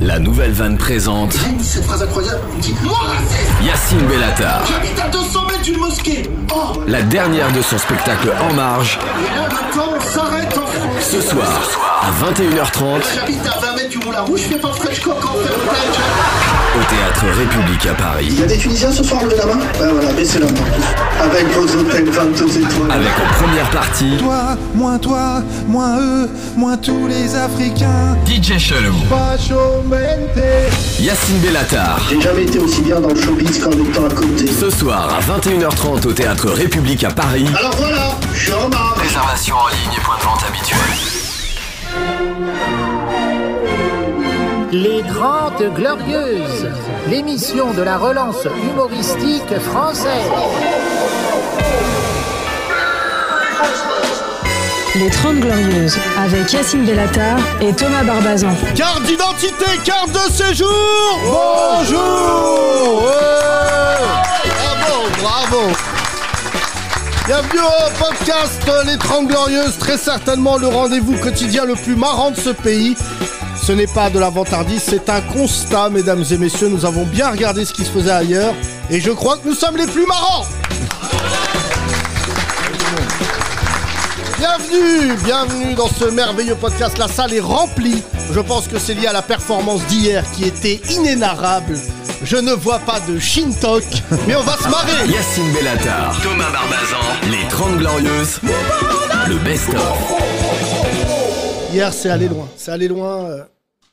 La nouvelle vanne présente J'ai mis cette phrase incroyable. Dites-moi raciste Yacine Bellatar, J'habite à 200 mètres d'une mosquée Oh la dernière de son spectacle En Marge, Et là, maintenant, on s'arrête en France ce soir à 21h30 J'habite à 20 mètres du Moulin Rouge, je fais pas fraîche coque en fait plage. au Théâtre République à Paris. Il y a des Tunisiens ce soir, le là-bas Ouais, voilà, baissez la main. Avec vos hôtels 22 étoiles. Avec en première partie Toi, moins toi, moins eux, moins tous les Africains. DJ Chelou, Yacine Bellatar. J'ai jamais été aussi bien dans le showbiz qu'en étant à côté. Ce soir à 21h30 au Théâtre République à Paris. Alors voilà, je suis en marge. Réservation en ligne et point de vente habituel. Les Grandes Glorieuses, l'émission de la relance humoristique française. Les 30 Glorieuses, avec Yacine Bellatar et Thomas Barbazan. Carte d'identité, carte de séjour Bonjour Ouais Bravo, bravo Bienvenue au podcast Les 30 Glorieuses, très certainement le rendez-vous quotidien le plus marrant de ce pays. Ce n'est pas de la vantardise, c'est un constat, mesdames et messieurs. Nous avons bien regardé ce qui se faisait ailleurs et je crois que nous sommes les plus marrants Bienvenue, bienvenue dans ce merveilleux podcast. La salle est remplie. Je pense que c'est lié à la performance d'hier qui était inénarrable. Je ne vois pas de Shintok, mais on va se marrer. Yacine Bellatar, Thomas Barbazan, Les 30 Glorieuses, le best-of. Hier, c'est allé loin. C'est allé loin. euh,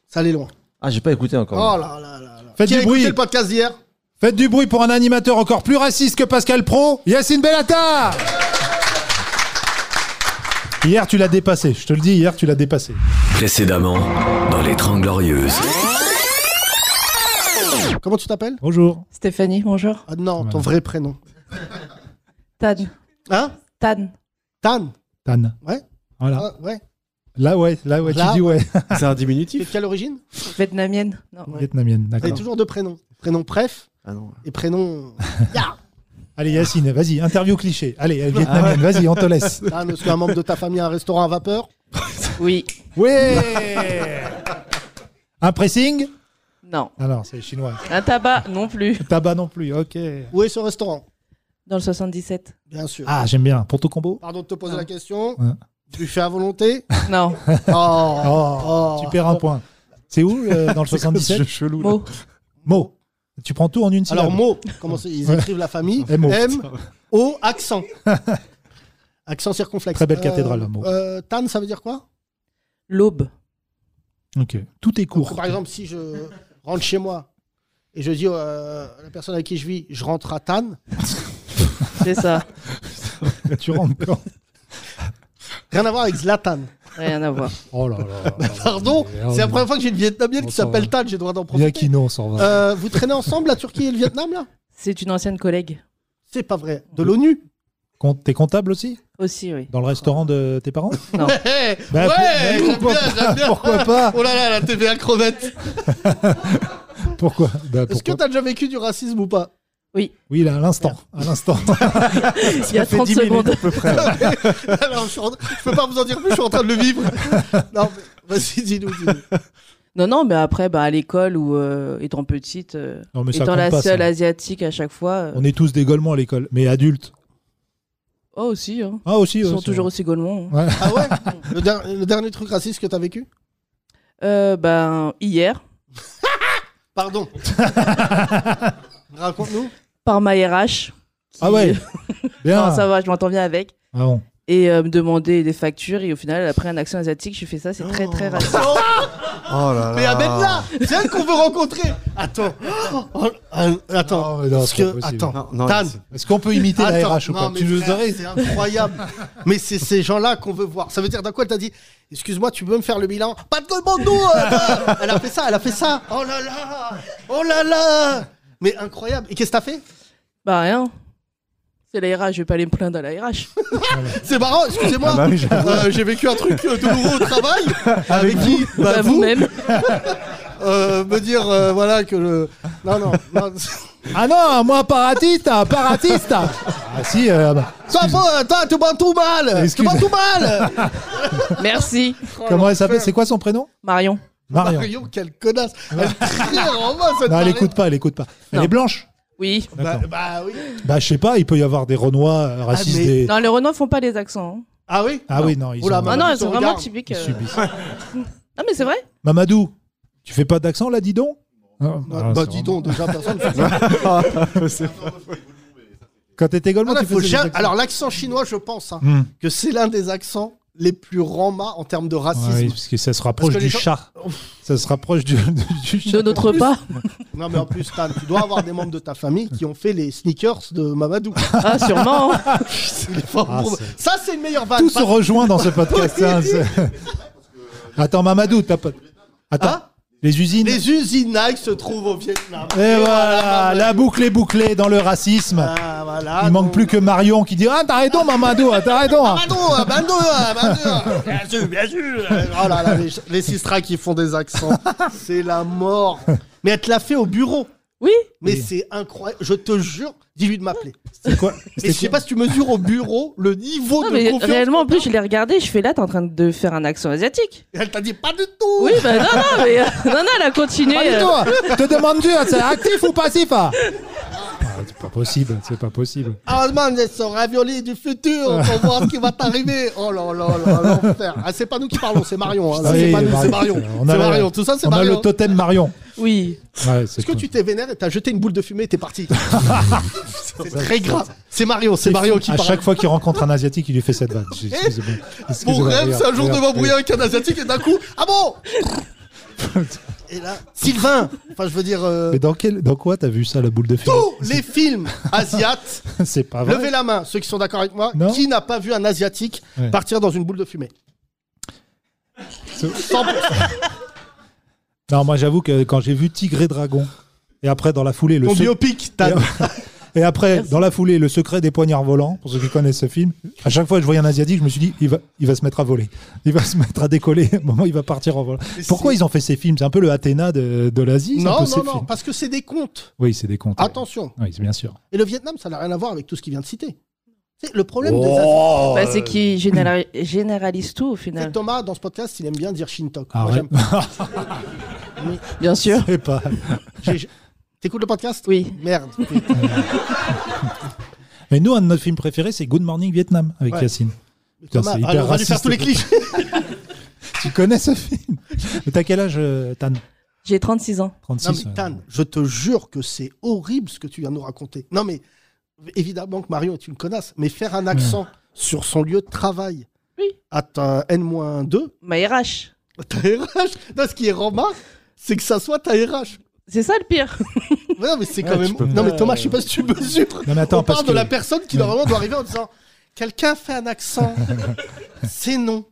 C'est allé loin. Ah, j'ai pas écouté encore. Oh là là là là. Faites Qui a du écouté bruit. le podcast d'hier Faites du bruit pour un animateur encore plus raciste que Pascal Pro, Yacine Bellatar Hier, tu l'as dépassé. Je te le dis, hier, tu l'as dépassé. Précédemment, dans Les 30 Glorieuses. Comment tu t'appelles Bonjour. Stéphanie, bonjour. Ah non, ton vrai prénom. Tan. Hein Tan. Tan Tan. Ouais Voilà. Ah, Ouais. Là, ouais, là, ouais, Là, tu dis ouais. C'est un Tu es de diminutif quelle origine Vietnamienne. Non. Vietnamienne, T'as d'accord. toujours deux prénoms. Prénom Pref Ah non. et prénom. Allez, Yacine, vas-y, interview cliché. Allez, euh, Vietnamienne, vas-y, on te laisse. Tan, est-ce Ah, qu'un membre de ta famille a un restaurant à vapeur Oui. Ouais Un pressing Non. Ah non, c'est chinois. Un tabac non plus. Tabac non plus, ok. Où est ce restaurant Dans le 77. Bien sûr. Ah, j'aime bien. Pour tout combo Pardon de te poser Non. la question. Ah. Ouais. Tu fais à volonté Non. Oh, Oh, Oh. tu perds un point. C'est où euh, dans le 77 chelou Mot. Mot. Tu prends tout en une syllabe. Alors, mot, comment c'est- ils écrivent la famille M.O. O, accent. accent circonflexe. Très belle cathédrale, Meaux. euh, Tan, ça veut dire quoi L'aube. Ok. Tout est Donc, court. Par exemple, si je rentre chez moi et je dis euh, à la personne avec qui je vis, je rentre à Tan, C'est ça. tu rentres quand rien à voir avec Zlatan. Rien à voir. Oh là là. Pardon, c'est la première fois que j'ai une Vietnamienne Oh, On qui s'en s'appelle va. Tan, j'ai le droit d'en Bien profiter. qu'il non, on s'en va. Euh, vous traînez ensemble la Turquie et le Vietnam, là C'est une ancienne collègue. C'est pas vrai. De l'ONU Con- T'es comptable aussi Aussi, oui. Dans le restaurant de tes parents Hey, Bah, pour- Ouais, bah, j'aime pourquoi bien, j'aime bien. Pourquoi pas Oh là là, la TVA crevette Pourquoi, bah, Est-ce que pourquoi t'as déjà vécu du racisme ou pas Oui, là, à l'instant. À l'instant. Il y a 30 secondes. Alors, je, suis en- je peux pas vous en dire plus, je suis en train de le vivre. Non, mais vas-y, dis-nous. dis-nous. Non, non, mais après, bah, à l'école ou euh, étant petite, euh, Non, mais ça étant compte la pas, ça. seule asiatique à chaque fois. euh, On est tous des Golemans à l'école, mais adultes. Oh, aussi. Hein. Ah, aussi. Ils ouais, sont c'est toujours vrai. aussi gaulements. hein. Ah ouais le, der- le dernier truc raciste que t'as vécu Euh, ben, hier, Pardon. Raconte-nous. par ma RH. qui- Ah ouais Bien. Non, ça va, je m'entends bien avec. Ah bon. et euh, me demander des factures et au final elle a pris un accent asiatique j'ai fait ça c'est très très raciste Oh là là. Mais Ben Ahmed Ah. là, c'est elle qu'on veut rencontrer. Attends. Oh, euh, attends. Non, mais non, Parce c'est pas que- possible. attends. Non, non, Tan. c'est- Est-ce qu'on peut imiter la Attends, RH ou non, pas mais Tu nous frère, aurais C'est incroyable. mais c'est ces gens-là qu'on veut voir. Ça veut dire d'un coup, elle t'a dit Excuse-moi, tu peux me faire le bilan Pas de bando euh, Elle a fait ça, elle a fait ça. Oh là là Oh là là Mais incroyable. Et qu'est-ce que t'as fait bah rien c'est la RH je vais pas aller me plaindre à la RH C'est marrant, Ah excusez-moi. bah oui, j'avoue. Euh, J'ai vécu un truc euh, douloureux au travail. Avec qui Bah, Bah, vous. vous-même Euh, me dire, euh, voilà, que le. Non, non. non. Ah non, moi, paratista, paratista Ah si, euh, bah, Toi, toi, toi, tu m'as tout mal Tu Excuse- m'as tout mal Oh, merci comment elle s'appelle C'est quoi son prénom Marion Marion. Marion, quelle connasse Elle tire en bas, cette Non, elle Marion. écoute pas, elle écoute pas. Elle Non. est blanche Oui. Bah, D'accord. bah oui. Bah, je sais pas, il peut y avoir des Renois euh, racistes. Ah, mais- des... Non, les Renault font pas les accents. hein. Ah oui Ah oui, non, ils Oula, ont- Ah Mamadou, non, elles ton sont vraiment regard. typiques. ils euh. subissent. Non, mais c'est vrai. Mamadou, tu fais pas d'accent là, dis donc Non, Bah, non, bah, Ah, c'est dis vraiment- Ah, donc, déjà personne ne fait ça. Quand t'étais Ah, golemont, là, tu faut faisais jamais- des accents. Alors l'accent chinois, je pense hein, Hmm. que c'est l'un des accents les plus ramas en termes de racisme. Ouais, oui, parce que ça se rapproche Parce que les du gens- chat. Ça se rapproche du, du chat. De notre pas. Non mais en plus, Stan, tu dois avoir des membres de ta famille qui ont fait les sneakers de Mamadou. Ah, sûrement. Il est fort Ah, pour- c'est- Ça, c'est une meilleure vanne. Tout se rejoint dans ce podcast. hein, c'est- Attends, Mamadou, t'as pas. Attends, Hein les usines. Les usines Nike se trouvent au Vietnam. Et voilà, Mamadou. la boucle est bouclée dans le racisme. Ah, voilà, Il manque donc- plus que Marion qui dit Ah, t'arrêtes donc, Mamadou, ah, t'arrêtes donc. Mamadou, euh, Mamadou, euh, Mamadou. Bien sûr, bien sûr. Oh là là, les, les sistras qui font des accents, c'est la mort. Mais elle te l'a fait au bureau. Oui. Mais Oui. c'est incroyable. Je te jure, dis-lui de m'appeler. C'est quoi Mais je sais pas si tu mesures au bureau le niveau Non, de mais confiance. réellement, en plus, je l'ai regardé. Je fais là, t'es en train de faire un accent asiatique. Elle t'a dit pas du tout. Oui, bah non, non, mais. euh, Non, non, elle a continué. Pas du euh. tout, hein. Je te demande Dieu, c'est actif ou passif hein Ah, C'est pas possible, c'est pas possible. Ah, man, c'est son ravioli du futur pour voir ce qui va t'arriver. Oh là là là, l'enfer. Ah, c'est pas nous qui parlons, c'est Marion. hein, là. Ah c'est oui, pas nous, c'est Marion. Marion. On a C'est le- Marion. Tout ça, c'est On a Marion. le totem Marion. Oui. Ouais, c'est Est-ce que quoi. tu t'es vénéré, t'as jeté une boule de fumée et t'es parti C'est très grave. C'est Mario, c'est Mario qui À parle. Eh, chaque fois qu'il rencontre un Asiatique, il lui fait cette vanne. Excusez-moi. Mon Excusez-moi, rêve, regarde, c'est un jour de regarde. m'embrouiller avec un asiatique et d'un coup, ah bon Et là, Sylvain Enfin, je veux dire, euh, Mais dans, quel, dans quoi t'as vu ça, la boule de fumée tous les films asiates, C'est pas Ah vrai. levez la main, ceux qui sont d'accord avec moi, Non. qui n'a pas vu un asiatique Ouais. partir dans une boule de fumée C'est- 100%. Non, moi j'avoue que quand j'ai vu Tigre et Dragon, et après dans la foulée, le Ton sec- biopic, t'as. et après dans la foulée, le secret des poignards volants, pour ceux qui connaissent ce film, à chaque fois que je voyais un Asiatique, je me suis dit, il va, il va se mettre à voler. Il va se mettre à décoller. À un moment, il va partir en volant. Mais Pourquoi c'est- ils ont fait ces films C'est un peu le Athéna de, de l'Asie c'est un Non, peu non, ces non, films. parce que c'est des contes. Oui, c'est des contes. Attention. Oui, c'est bien sûr. Et le Vietnam, ça n'a rien à voir avec tout ce qu'il vient de citer. C'est le problème des Asiatiques. Oh. Bah, c'est qui généra- généralise tout au Tu sais, final. Thomas, dans ce podcast, il aime bien dire Shintok. Moi, Arrête. j'aime pas. Bien sûr. Je sais pas. J'ai- T'écoutes le podcast Oui. Merde. putain. Mais nous, un de nos films préférés, c'est Good Morning Vietnam avec Ouais. Yacine. Putain, Thomas, c'est ah, hyper on va lui faire raciste. tous les clichés. Tu connais ce film Mais T'as quel âge, euh, Tan J'ai 36 ans. Non 36 mais ouais. Tan, je te jure que c'est horrible ce que tu viens de nous raconter. Non mais évidemment que Marion est une connasse, mais faire un accent sur son lieu de travail Oui. à ta N-2, Ma RH. ta RH, non, ce qui est romain, c'est que ça soit ta RH. C'est ça le pire. Ouais, mais c'est quand Ouais, même... tu peux Non mais pas, euh, Thomas, je sais pas si tu mesures. Non, mais attends, On parce parle que- de la personne qui Ouais. normalement doit arriver en disant « Quelqu'un fait un accent ?» C'est non.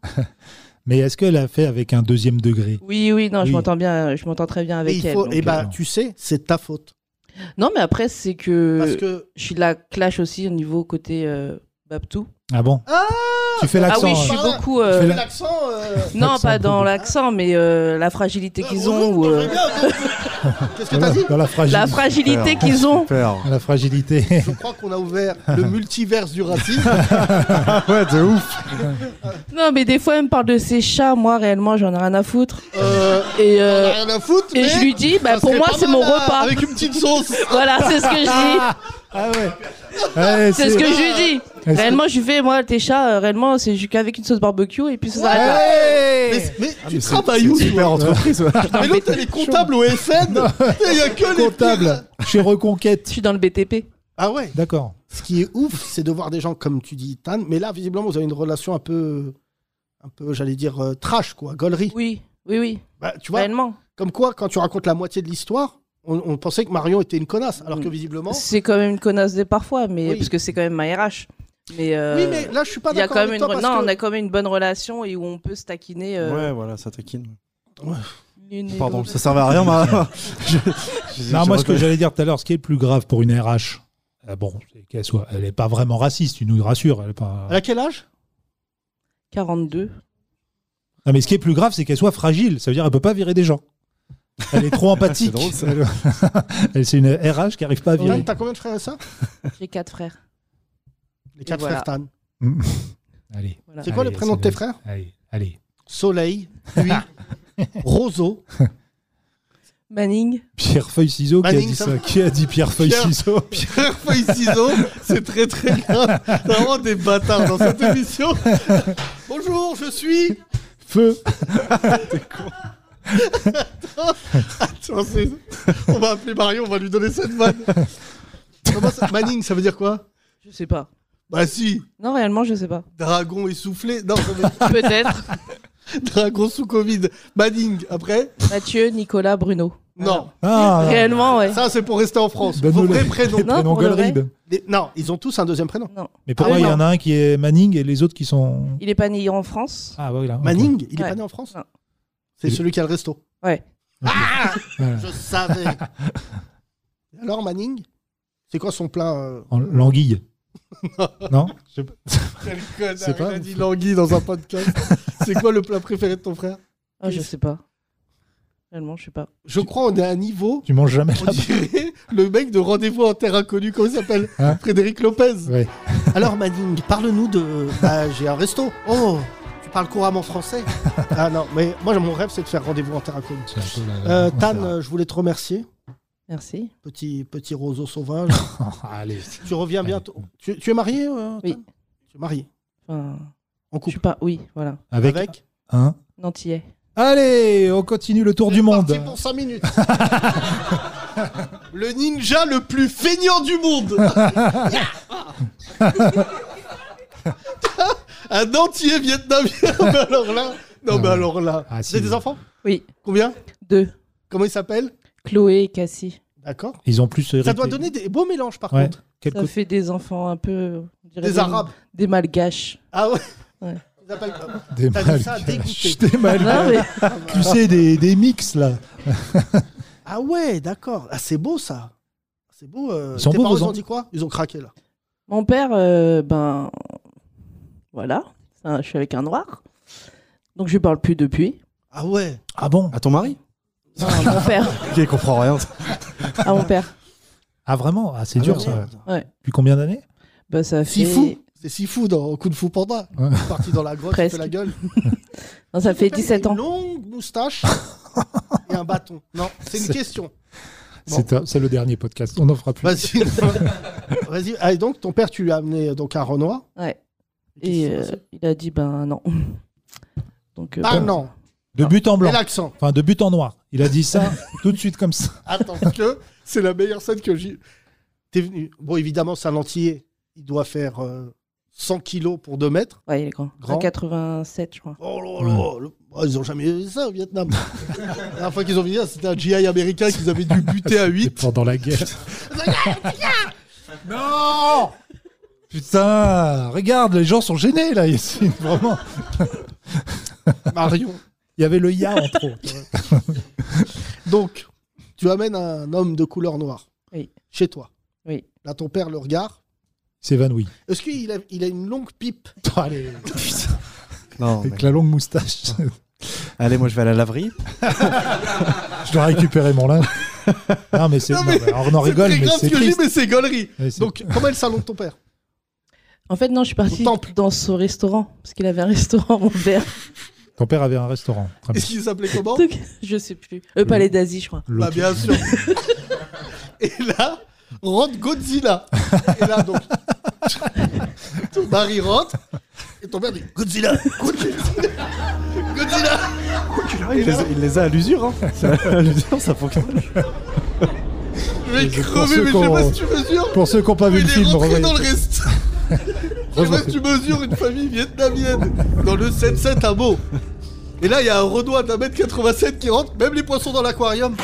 Mais est-ce qu'elle a fait avec un deuxième degré Oui, oui, non, Oui. je m'entends bien, je m'entends très bien Et, avec il elle. faut... donc, eh ben, non. tu sais, c'est ta faute. euh, Non, mais après, c'est que, Parce que... je la clash aussi au niveau côté euh, Babtou. Ah bon Ah Tu fais Ah l'accent. oui, je suis hein. Voilà. beaucoup. Tu euh, fais Mais la- L'accent... euh, Non, l'accent pas dans beaucoup. l'accent, mais euh, la fragilité Bah, qu'ils ont. ou, euh, euh, Qu'est-ce que t'as dit Dans la fragilité. Ah, la fragilité qu'ils ont. Super. La fragilité. Je crois qu'on a ouvert le multiverse du racisme. Ah ouais, de ouf. Non, mais des fois, elle me parle de ses chats. Moi, réellement, j'en ai rien à foutre. Euh, Et, on euh, a rien à foutre. et mais je lui dis, bah, ça pour serait moi, pas c'est mal, mon hein, repas. Avec une petite sauce. Voilà, c'est ce que je dis. Ah ouais. Ouais, C'est ce que je lui dis. Est-ce que- Réellement, je lui fais, moi, tes chats, euh, réellement, c'est juste qu'avec une sauce barbecue et puis ça s'arrête là. Mais, mais Ah, tu mais c'est- travailles c'est où une toi Super entreprise. ouais. Ah, Mais l'autre, elle est comptable au FN. Il y a que les Comptable chez Je Reconquête. suis dans le BTP. Ah ouais. D'accord. Ce qui est ouf, c'est de voir des gens comme tu dis, Tan. Mais là, visiblement, vous avez une relation un peu, un peu, j'allais dire euh, trash quoi, gaulerie. Oui, oui, oui, Bah, tu vois, réellement. comme quoi, quand tu racontes la moitié de l'histoire, on, on pensait que Marion était une connasse, alors que Mm. visiblement. C'est quand même une connasse des parfois, mais Oui. parce que c'est quand même ma RH. Mais euh, Oui, mais là, je suis pas il y a d'accord quand même avec une toi re- parce non, que- on a quand même une bonne relation et où on peut se taquiner. euh, Ouais, voilà, ça taquine. l'une et Pardon, l'autre. ça servait à rien, ma. Je- je- Non, je moi, ce que reconnais. j'allais dire tout à l'heure, ce qui est le plus grave pour une RH, euh, bon, c'est qu'elle soit, elle est pas vraiment raciste, tu nous rassures. Elle est pas... Elle a quel âge 42. Non, mais ce qui est plus grave, c'est qu'elle soit fragile. Ça veut dire qu'elle peut pas virer des gens. Elle est trop empathique. drôle, ça. Elle- Elle, c'est une RH qui arrive pas à Tan, virer. T'as combien de frères et sœurs J'ai quatre frères. Les quatre voilà. frères Tan. Allez. Voilà. C'est quoi le Allez, prénom de tes c'est- frères Allez, allez. Soleil, Nuit Roseau. Manning. Pierre Feuille Ciseaux qui a Manning, dit ça ça. Qui a dit Pierre Feuille Pierre- Ciseaux Pierre Feuille Ciseaux, c'est très très grave. C'est vraiment des bâtards dans cette émission. Bonjour, je suis. Feu Attends, c'est- on va appeler Mario, on va lui donner cette vanne. Comment ça- Manning, ça veut dire quoi Je sais pas. Bah si, Non, réellement, je sais pas. dragon essoufflé. Non, ça veut dire Peut-être. dragon sous Covid. Manning, après Mathieu, Nicolas, Bruno. Non. Ah Réellement, ouais. Ça, c'est pour rester en France. Donne-nous Vos les- vrais prénoms. les Non, prénoms pour le Goldrib. Les- Non, ils ont tous un deuxième prénom. Non. Mais pourquoi Ah, il y non. en a un qui est Manning et les autres qui sont. Il est pas né en France. Ah, voilà. ok. Manning, il est Ouais. pas né en France Non. C'est Il- celui qui a le resto. Ouais. Ah Voilà. Je savais. Et Alors Manning C'est quoi son plein euh, En- L'anguille. non Je sais pas. Quel connard, C'est pas- il a dit l'anguille dans un podcast. C'est quoi le plat préféré de ton frère Ah, je sais pas. Réellement, je sais pas. Je crois on est à un niveau, Tu manges jamais on là dirait le mec de Rendez-vous en Terre Inconnue, comment il s'appelle Hein Frédéric Lopez. Ouais. Alors Manning, parle-nous de... Bah j'ai un resto. Oh, tu parles couramment français. ah non, mais moi mon rêve c'est de faire Rendez-vous en Terre Inconnue. C'est un peu la- Euh, la- Tan, euh, je voulais te remercier. Merci. Petit, petit roseau sauvage. Allez. tu reviens Allez. bientôt. Tu, tu es marié euh, Oui. Tan Tu es marié. Enfin, En je couple. suis pas. Oui, voilà. Avec, Avec un. Nantillais. Allez, on continue le tour du monde. C'est pour 5 minutes. le ninja le plus feignant du monde. Un entier vietnamien. mais alors là. Non, mais alors là. Ah, si. Vous avez des enfants Oui. Combien Deux. Comment ils s'appellent Chloé et Cassie. D'accord. Ils ont plus. euh, Ça doit donner des beaux mélanges par Ouais. contre. Quelque... Ça fait des enfants un peu. on dirait Des arabes. Des malgaches. Ah ouais. Ouais. Ils appellent- Des T'as dit ça, malgaches. dégoûté. Des malgaches. Non, mais Tu sais, des, des mix là. Ah ouais, d'accord. Ah, c'est beau ça. C'est beau. euh, Ils sont tes beaux, parents, vos ils ont enfants. dit quoi Ils ont craqué là. Mon père, euh, ben. Voilà. C'est un- Je suis avec un noir. Donc je lui parle plus depuis. Ah ouais. Ah bon À ton mari Non, à mon père. Qui comprend rien. À mon père. Ah vraiment Ah c'est Ah dur ouais, ça. merde. Depuis combien d'années Ben, ça Si fait. fou. C'est si fou dans Coup de fou panda. Ouais. Il est Parti dans la grotte, il fait Presque. la gueule. Non, ça fait Il a 17 ans. Une longue moustache et un bâton. Non, c'est une C'est- question. Bon. C'est un- C'est le dernier podcast. On n'en fera plus. Vas-y. Vas-y. Ah, et donc ton père, tu lui as amené euh, donc un Renoir. Ouais. Qu'est-ce qui Et s'est euh, passé il a dit ben non. Donc euh, Ah bon. non. De but en Et blanc. l'accent. Enfin, de but en noir. Il a dit ça tout de suite comme ça. Attends, parce que c'est la meilleure scène que j'ai. T'es venu. Bon, évidemment, c'est un entier. Il doit faire euh, 100 kilos pour 2 mètres. Ouais, il est grand. Grand. 87, je crois. Oh là là, le- oh, ils ont jamais eu ça au Vietnam. la dernière fois qu'ils ont vu ça, c'était un GI américain qu'ils avaient dû buter à 8. Et pendant la guerre. non Putain Regarde, les gens sont gênés là ici, vraiment. Marion. Il y avait le ya en trop. Donc, tu amènes un homme de couleur noire Oui. chez toi. Oui. Là, ton père le regarde. S'évanouit. Est-ce qu'il a, il a une longue pipe Putain, Allez, Non, mais- avec la longue moustache. Allez, moi je vais à la laverie. Je dois récupérer mon linge. Non mais c'est. Non, non, mais mais On en rigole, très mais grave ce c'est que je dis, triste. mais c'est gaulerie. Ouais, c'est- Donc, comment est le salon de ton père En fait, non, je suis partie Au temple. dans ce restaurant parce qu'il avait un restaurant mon père. Ton père avait un restaurant. Très bien. Est-ce qu'il s'appelait comment Donc, je sais plus. Le palais d'Asie, je crois. Bah, L'autre. bien sûr. Et là, rentre Godzilla. Et là, donc, ton mari rentre. Et ton père dit Godzilla, Godzilla, Godzilla. Ah, il, les a, il les a à l'usure. Hein. à l'usure, ça fonctionne. Je vais pour crever, ceux mais je sais qu'on- pas si tu mesures. Pour ceux qui n'ont pas vu Il le est film, rentré revoyez. dans le reste. Je sais pas si tu mesures une famille vietnamienne dans le 7-7 à Meaux. Et là, il y a un Renoir d'un mètre 87 qui rentre, même les poissons dans l'aquarium.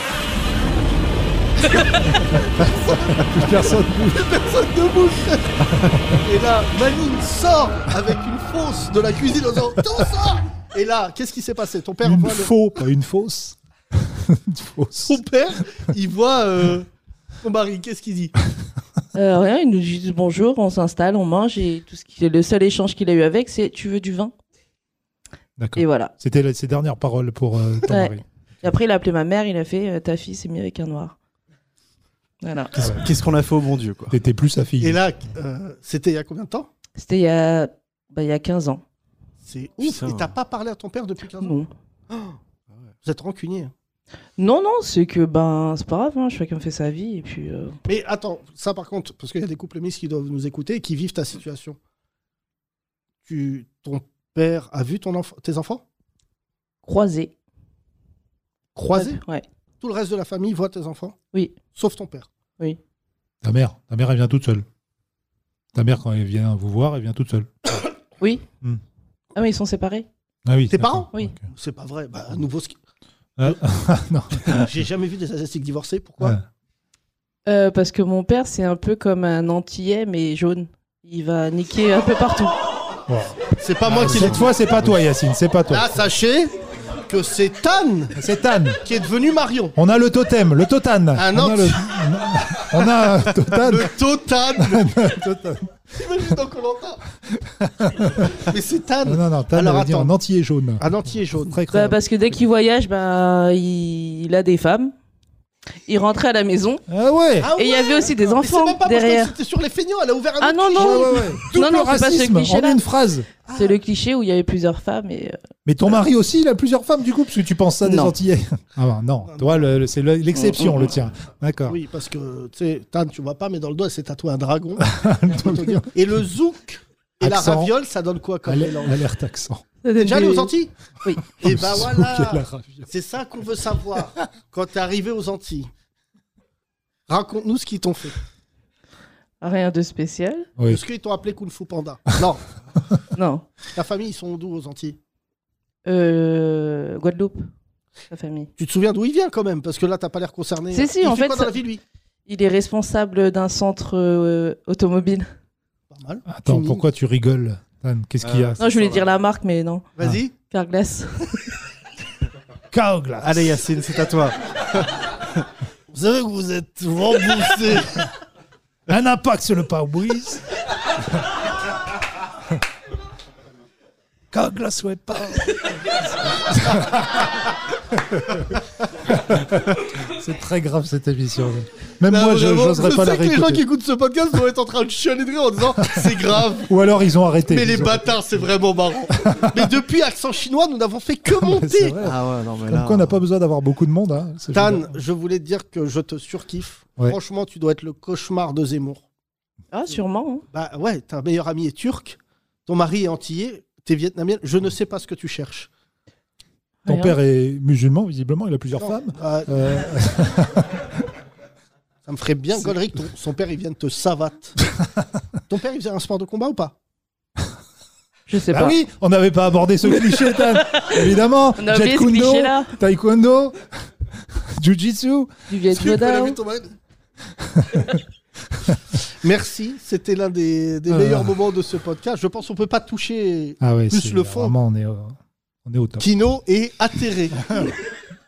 personne bouge. personne ne bouge. Et là, Manine sort avec une fosse de la cuisine en disant T'en sors Et là, qu'est-ce qui s'est passé Ton père Une voit le- faux, pas une fausse. Une fausse. Ton père, il voit euh, ton mari, qu'est-ce qu'il dit Euh, rien, il nous dit bonjour, on s'installe, on mange et tout ce qui le seul échange qu'il a eu avec, c'est tu veux du vin D'accord. Et voilà. C'était la- ses dernières paroles pour euh, ton Ouais. mari. Et après, il a appelé ma mère, il a fait euh, ta fille s'est mise avec un noir. Voilà. Qu'est-ce qu'on a fait au bon Dieu, quoi Ah T'étais plus sa fille. Et là, euh, c'était il y a combien de temps C'était il y a bah, il y a 15 ans. C'est ouf. Putain. Et t'as pas parlé à ton père depuis 15 ans Non. Vous êtes hein. rancunier. Non, non, c'est que ben, c'est pas grave, hein, chacun fait sa vie. Et puis, euh, Mais attends, ça par contre, parce qu'il y a des couples mixtes qui doivent nous écouter et qui vivent ta situation. Tu, ton père a vu ton enf- tes enfants croisé. croisés Ouais. Tout le reste de la famille voit tes enfants Oui. Sauf ton père. Ta mère, ta mère, elle vient toute seule. Ta mère, quand elle vient vous voir, elle vient toute seule. Oui. Hmm. Ah, mais ils sont séparés. Ah oui. Tes d'accord. parents Oui. Ok. C'est pas vrai. Bah, à nouveau, ce qui- Ah, non. j'ai jamais vu des asiatiques divorcés. Pourquoi Ouais. Euh, parce que mon père, c'est un peu comme un antillais, mais jaune. Il va niquer un peu partout. Bon. C'est pas moi qui l'ai Ah, Cette fois, c'est pas toi, Yacine, c'est pas toi. Là, sachez que c'est Tan C'est Tan. qui est devenu Marion. On a le totem, le totan. Ah, on, a non. le... on a un totan. Le Totan T'imagines dans Koh-Lanta Mais c'est Tan Non, non, non, Tan, Alors, elle veut dire attends. en entier jaune. Un entier jaune. Très Bah, clair. parce que dès qu'il voyage, bah, il... il a des femmes. Il rentrait à la maison. Ah ouais. Ah Et il y avait aussi des Mais c'est enfants même pas parce derrière. que c'était sur les feignants, elle a ouvert un Ah autre non, cliché. Ah. non. Ouais, ouais, ouais. Non, non, Double c'est pas ce racisme en cliché-là. une phrase. C'est le cliché où il y avait plusieurs femmes. Et... euh, Mais ton mari aussi, il a plusieurs femmes du coup, parce que tu penses ça des Non. Antillais. Ah bah, non, toi, le- le- c'est le- l'exception, le tien. D'accord. Oui, parce que, tu sais, Tan, tu vois pas, mais dans le doigt, c'est tatoué un dragon. et le zouk et la Accent. raviole, ça donne quoi comme Alerte mélange alerte accent. T'es déjà allé aux Antilles Oui. Et bah Le zouk et la voilà raviole. C'est ça qu'on veut savoir quand t'es arrivé aux Antilles. Raconte-nous ce qu'ils t'ont fait. Rien de spécial. Oui. Est-ce qu'ils t'ont appelé Kung Fu Panda Non. Non. Ta famille, ils sont d'où aux Antilles Euh, Guadeloupe, sa famille. Tu te souviens d'où il vient quand même Parce que là, t'as pas l'air concerné. Si, si, il en fait fait, quoi dans ça- la vie, lui Il est responsable d'un centre euh, automobile. Pas mal. Attends, Tuning. pourquoi tu rigoles, Tan Qu'est-ce Euh, qu'il y a Non, je voulais dire la marque, mais non. Vas-y. Carglass. Carglass. Allez, Yacine, c'est à toi. Vous savez que vous êtes remboursé. Un impact sur le pare-brise. Carglass ouais pas. C'est très grave cette émission. Même Non, moi, je vraiment, n'oserais pas sais la que les gens qui réécouter. écoutent ce podcast vont être en train de chialer de rire en disant c'est grave. Ou alors ils ont arrêté. Mais les Ils ont- bâtards, c'est vraiment marrant. mais depuis accent chinois, nous n'avons fait que C'est monter. vrai. Ah ouais, non, mais Comme là. quoi, on n'a pas besoin d'avoir beaucoup de monde. Hein. C'est Tan, génial. je voulais te dire que je te surkiffe. Ouais. Franchement, tu dois être le cauchemar de Zemmour. Ah, sûrement. hein. Bah ouais, ta meilleure amie est turque, ton mari est antillais, t'es vietnamienne. Je ne sais pas ce que tu cherches. Ton Rien. père est musulman, visiblement, il a plusieurs Non. femmes. Euh, Euh, Ça me ferait bien gollerie que ton- son père il vienne te savate. ton père il faisait un sport de combat ou pas Je sais bah pas. oui, on n'avait pas abordé ce cliché, Tan. Évidemment, On a oublié ce Jet Kundo, cliché-là. taekwondo, jujitsu. Du Vietnam. Merci, c'était l'un des, des Euh. meilleurs moments de ce podcast. Je pense qu'on peut pas toucher. Ah ouais, Plus c'est- le fond. Vraiment, on est, au- on est au top. Kino est atterré.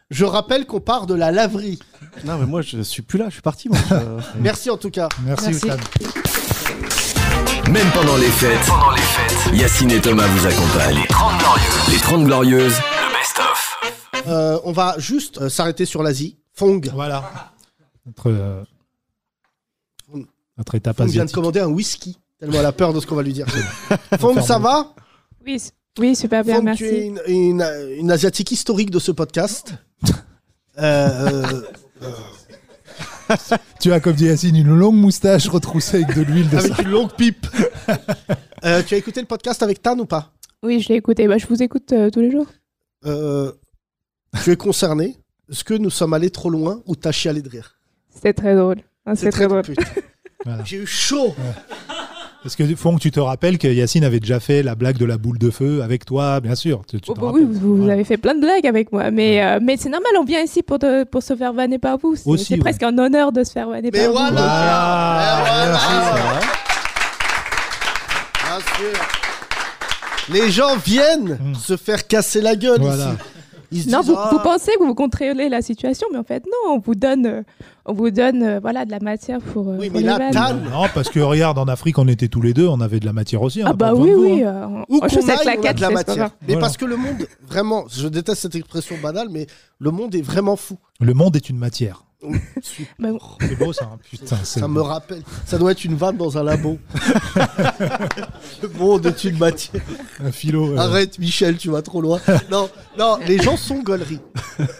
Je rappelle qu'on part de la laverie. Non, mais moi, je suis plus là, je suis parti. moi. Je- Merci en tout cas. Merci, Merci. Oussam. Même pendant les fêtes, Yacine et Thomas vous accompagnent. Les 30 Glorieuses. Les 30 Glorieuses. Le best-of. Euh, on va juste euh, s'arrêter sur l'Asie. Fong. Voilà. Notre, euh, notre étape Fong vient de asiatique. commander un whisky. Tellement elle a peur de ce qu'on va lui dire. Fong, ça va Oui, s- oui, super bien, Fong, merci. tu es une, une- une asiatique historique de ce podcast. Euh, euh, Tu as, comme dit Yacine, une longue moustache retroussée avec de l'huile de avec une longue pipe. Euh, tu as écouté le podcast avec Tan ou pas Oui, je l'ai écouté. Bah, je vous écoute euh, tous les jours. Euh, Tu es concerné Est-ce que nous sommes allés trop loin ou t'as chialé de rire C'était très drôle. Ah, C'était très, drôle. putain. Voilà. J'ai eu chaud. Parce que Fong, tu te rappelles que Yacine avait déjà fait la blague de la boule de feu avec toi, bien sûr. Tu, tu Oh, te bah oui, rappelles. vous, vous Voilà. avez fait plein de blagues avec moi, mais, euh, mais c'est normal, on vient ici pour, te- pour se faire vanner par vous. C'est Aussi, c'est ouais. presque un honneur de se faire vanner Mais par voilà. Voilà. Eh voilà. Merci, ça va. Bien sûr. Les gens viennent se faire casser la gueule Hmm. Voilà. ici. Ils se vous. Non, disent, vous, ah, vous pensez que vous contrôlez la situation, mais en fait, non, on vous donne, euh, on vous donne euh, voilà, de la matière pour, euh, Oui, pour mais les là, vannes. Tan, Non, parce que regarde, en Afrique, on était tous les deux, on avait de la matière aussi. on Ah a pas bah besoin oui, de vous, oui. hein. euh, en- Où en qu'on chaussettes aille, on a claquettes, de la c'est pas matière. grave. Mais Voilà. parce que le monde, vraiment, je déteste cette expression banale, mais le monde est vraiment fou. Le monde est une matière. Bah, C'est beau ça, hein. putain. c'est Ça beau. me rappelle. Ça doit être une vanne dans un labo. Le monde est une matière. Un philo. euh, Arrête, Michel, tu vas trop loin. Non, non, les gens sont gauleries.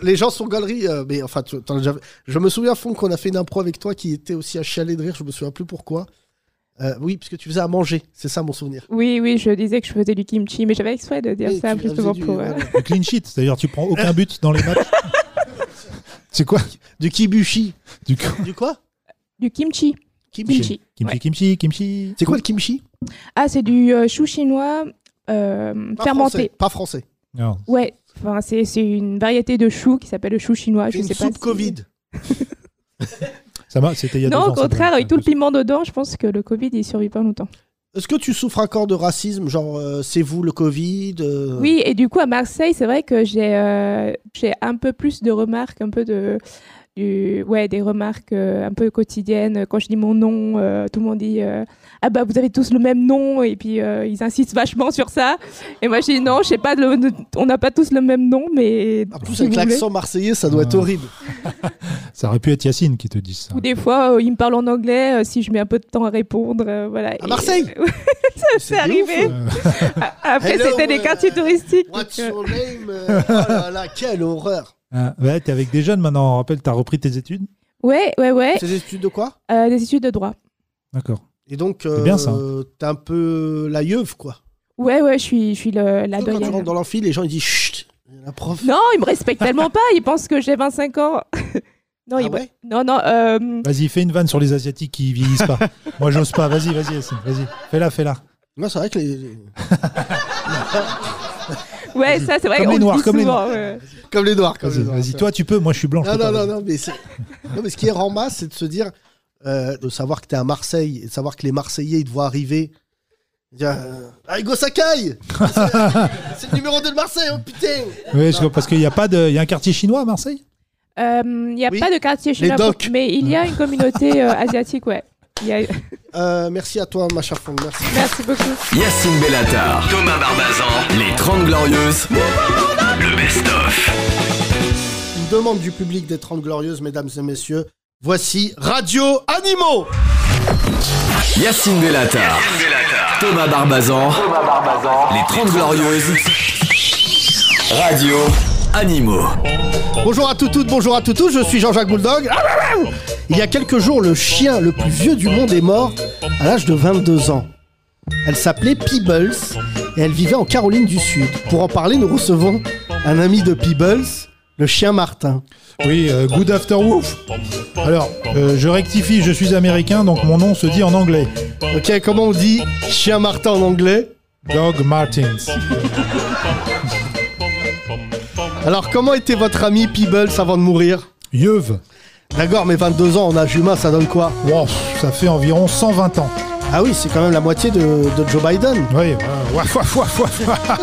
Les gens sont gauleries. euh, mais enfin, tu- t'en as déjà- je me souviens, fond qu'on a fait une impro avec toi qui était aussi à chialer de rire. Je me souviens plus pourquoi. Euh, oui, parce que tu faisais à manger. C'est ça mon souvenir. Oui, oui, je disais que je faisais du kimchi, mais j'avais exprès de dire Et ça tu faisais justement du- pour. euh, voilà. Le clean sheet, c'est-à-dire tu prends aucun but dans les matchs. C'est quoi Du kibushi. Du coup, Du quoi du kimchi. Kimchi. kimchi. kimchi, Ouais. kimchi, kimchi. C'est quoi le kimchi Ah, c'est du euh, chou chinois euh, Pas français, fermenté. Pas français. Non, Ouais, enfin, c'est c'est une variété de chou qui s'appelle le chou chinois. C'est Je une sais pas soupe si- Covid. ça m'a- c'était il y a deux Non, ans, au ça, contraire, peut-être. avec tout le piment dedans, je pense que le Covid, il survit pas longtemps. Est-ce que tu souffres encore de racisme Genre, euh, c'est vous le Covid euh, Oui, et du coup, à Marseille, c'est vrai que j'ai euh, j'ai un peu plus de remarques, un peu de. du- ouais, des remarques euh, un peu quotidiennes. Quand je dis mon nom, euh, tout le monde dit euh, Ah bah, vous avez tous le même nom, et puis euh, ils insistent vachement sur ça. Et moi, je dis Non, je sais pas, le- on n'a pas tous le même nom, mais. En plus, si avec vous voulez. l'accent marseillais, ça doit être Ah. horrible. Ça aurait pu être Yacine qui te dise ça. Ou des fois, euh, ils me parlent en anglais euh, si je mets un peu de temps à répondre. euh, voilà. À Et- Marseille C'est arrivé. hein. Euh, Après, Hello, c'était des euh, quartiers touristiques. What's donc, euh, your name euh, Oh là là, quelle horreur ah, ouais, t'es avec des jeunes maintenant, on rappelle, t'as repris tes études Ouais, ouais, ouais. C'est des études de quoi Euh, des études de droit. D'accord. Et donc, C'est bien, ça. euh, t'es un peu la yeuve, quoi. Ouais, ouais, je suis, je suis le, la Surtout Quand tu doyenne. rentres dans l'amphi, les gens ils disent chut, il y a la prof. Non, ils me respectent tellement pas. Ils pensent que j'ai 25 ans. non, Ah ils me- ouais non, non. euh, Vas-y, fais une vanne sur les Asiatiques qui vieillissent pas. Moi, j'ose pas. Vas-y, vas-y, Yacine, vas-y. Fais-la, fais-la. Non, c'est vrai que les- les- Ouais, ça, c'est vrai. Comme on les le Noirs, dit comme les souvent, Noirs. ouais. Comme les noirs, comme Vas-y, les noirs. vas-y. Toi, tu peux. Moi, je suis blanc. je Non, peux non, pas. non, non, mais c'est- non, mais ce qui est ramasse, c'est de se dire, euh, de savoir que t'es à Marseille et de savoir que les Marseillais, ils te voient arriver. Ils disent, euh, Ah, Hugo Sakai C'est c'est le numéro 2 de Marseille, oh putain Oui, je- parce qu'il y a pas de, il y a un quartier chinois à Marseille. Euh, Il n'y a Oui. pas de quartier chinois, docks. mais il y a une communauté euh, asiatique, ouais. Il y a- Euh, Merci à toi, ma chère Fong, merci. Merci beaucoup. Yacine Bellatar, Thomas Barbazan, les 30 Glorieuses, le best-of. Une demande du public des 30 Glorieuses, mesdames et messieurs. Voici Radio Animaux Yacine Bellatar, Thomas Barbazan, les 30 Glorieuses, Radio Animaux. Bonjour à tout toutes, bonjour à tout tous, je suis Jean-Jacques Ah, Bulldog. Il y a quelques jours, le chien le plus vieux du monde est mort à l'âge de 22 ans. Elle s'appelait Peebles et elle vivait en Caroline du Sud. Pour en parler, nous recevons un ami de Peebles, le chien Martin. Oui, euh, Good After Wolf. Alors, euh, je rectifie, je suis américain, donc mon nom se dit en anglais. Ok, comment on dit chien Martin en anglais Dog Martins. Alors, comment était votre ami Peebles avant de mourir Yeuve. D'accord, mais 22 ans en âge humain, ça donne quoi Wow, ça fait environ 120 ans. Ah oui, c'est quand même la moitié de, de Joe Biden. Oui, euh, ouaf, ouaf, ouaf, ouaf, ouaf.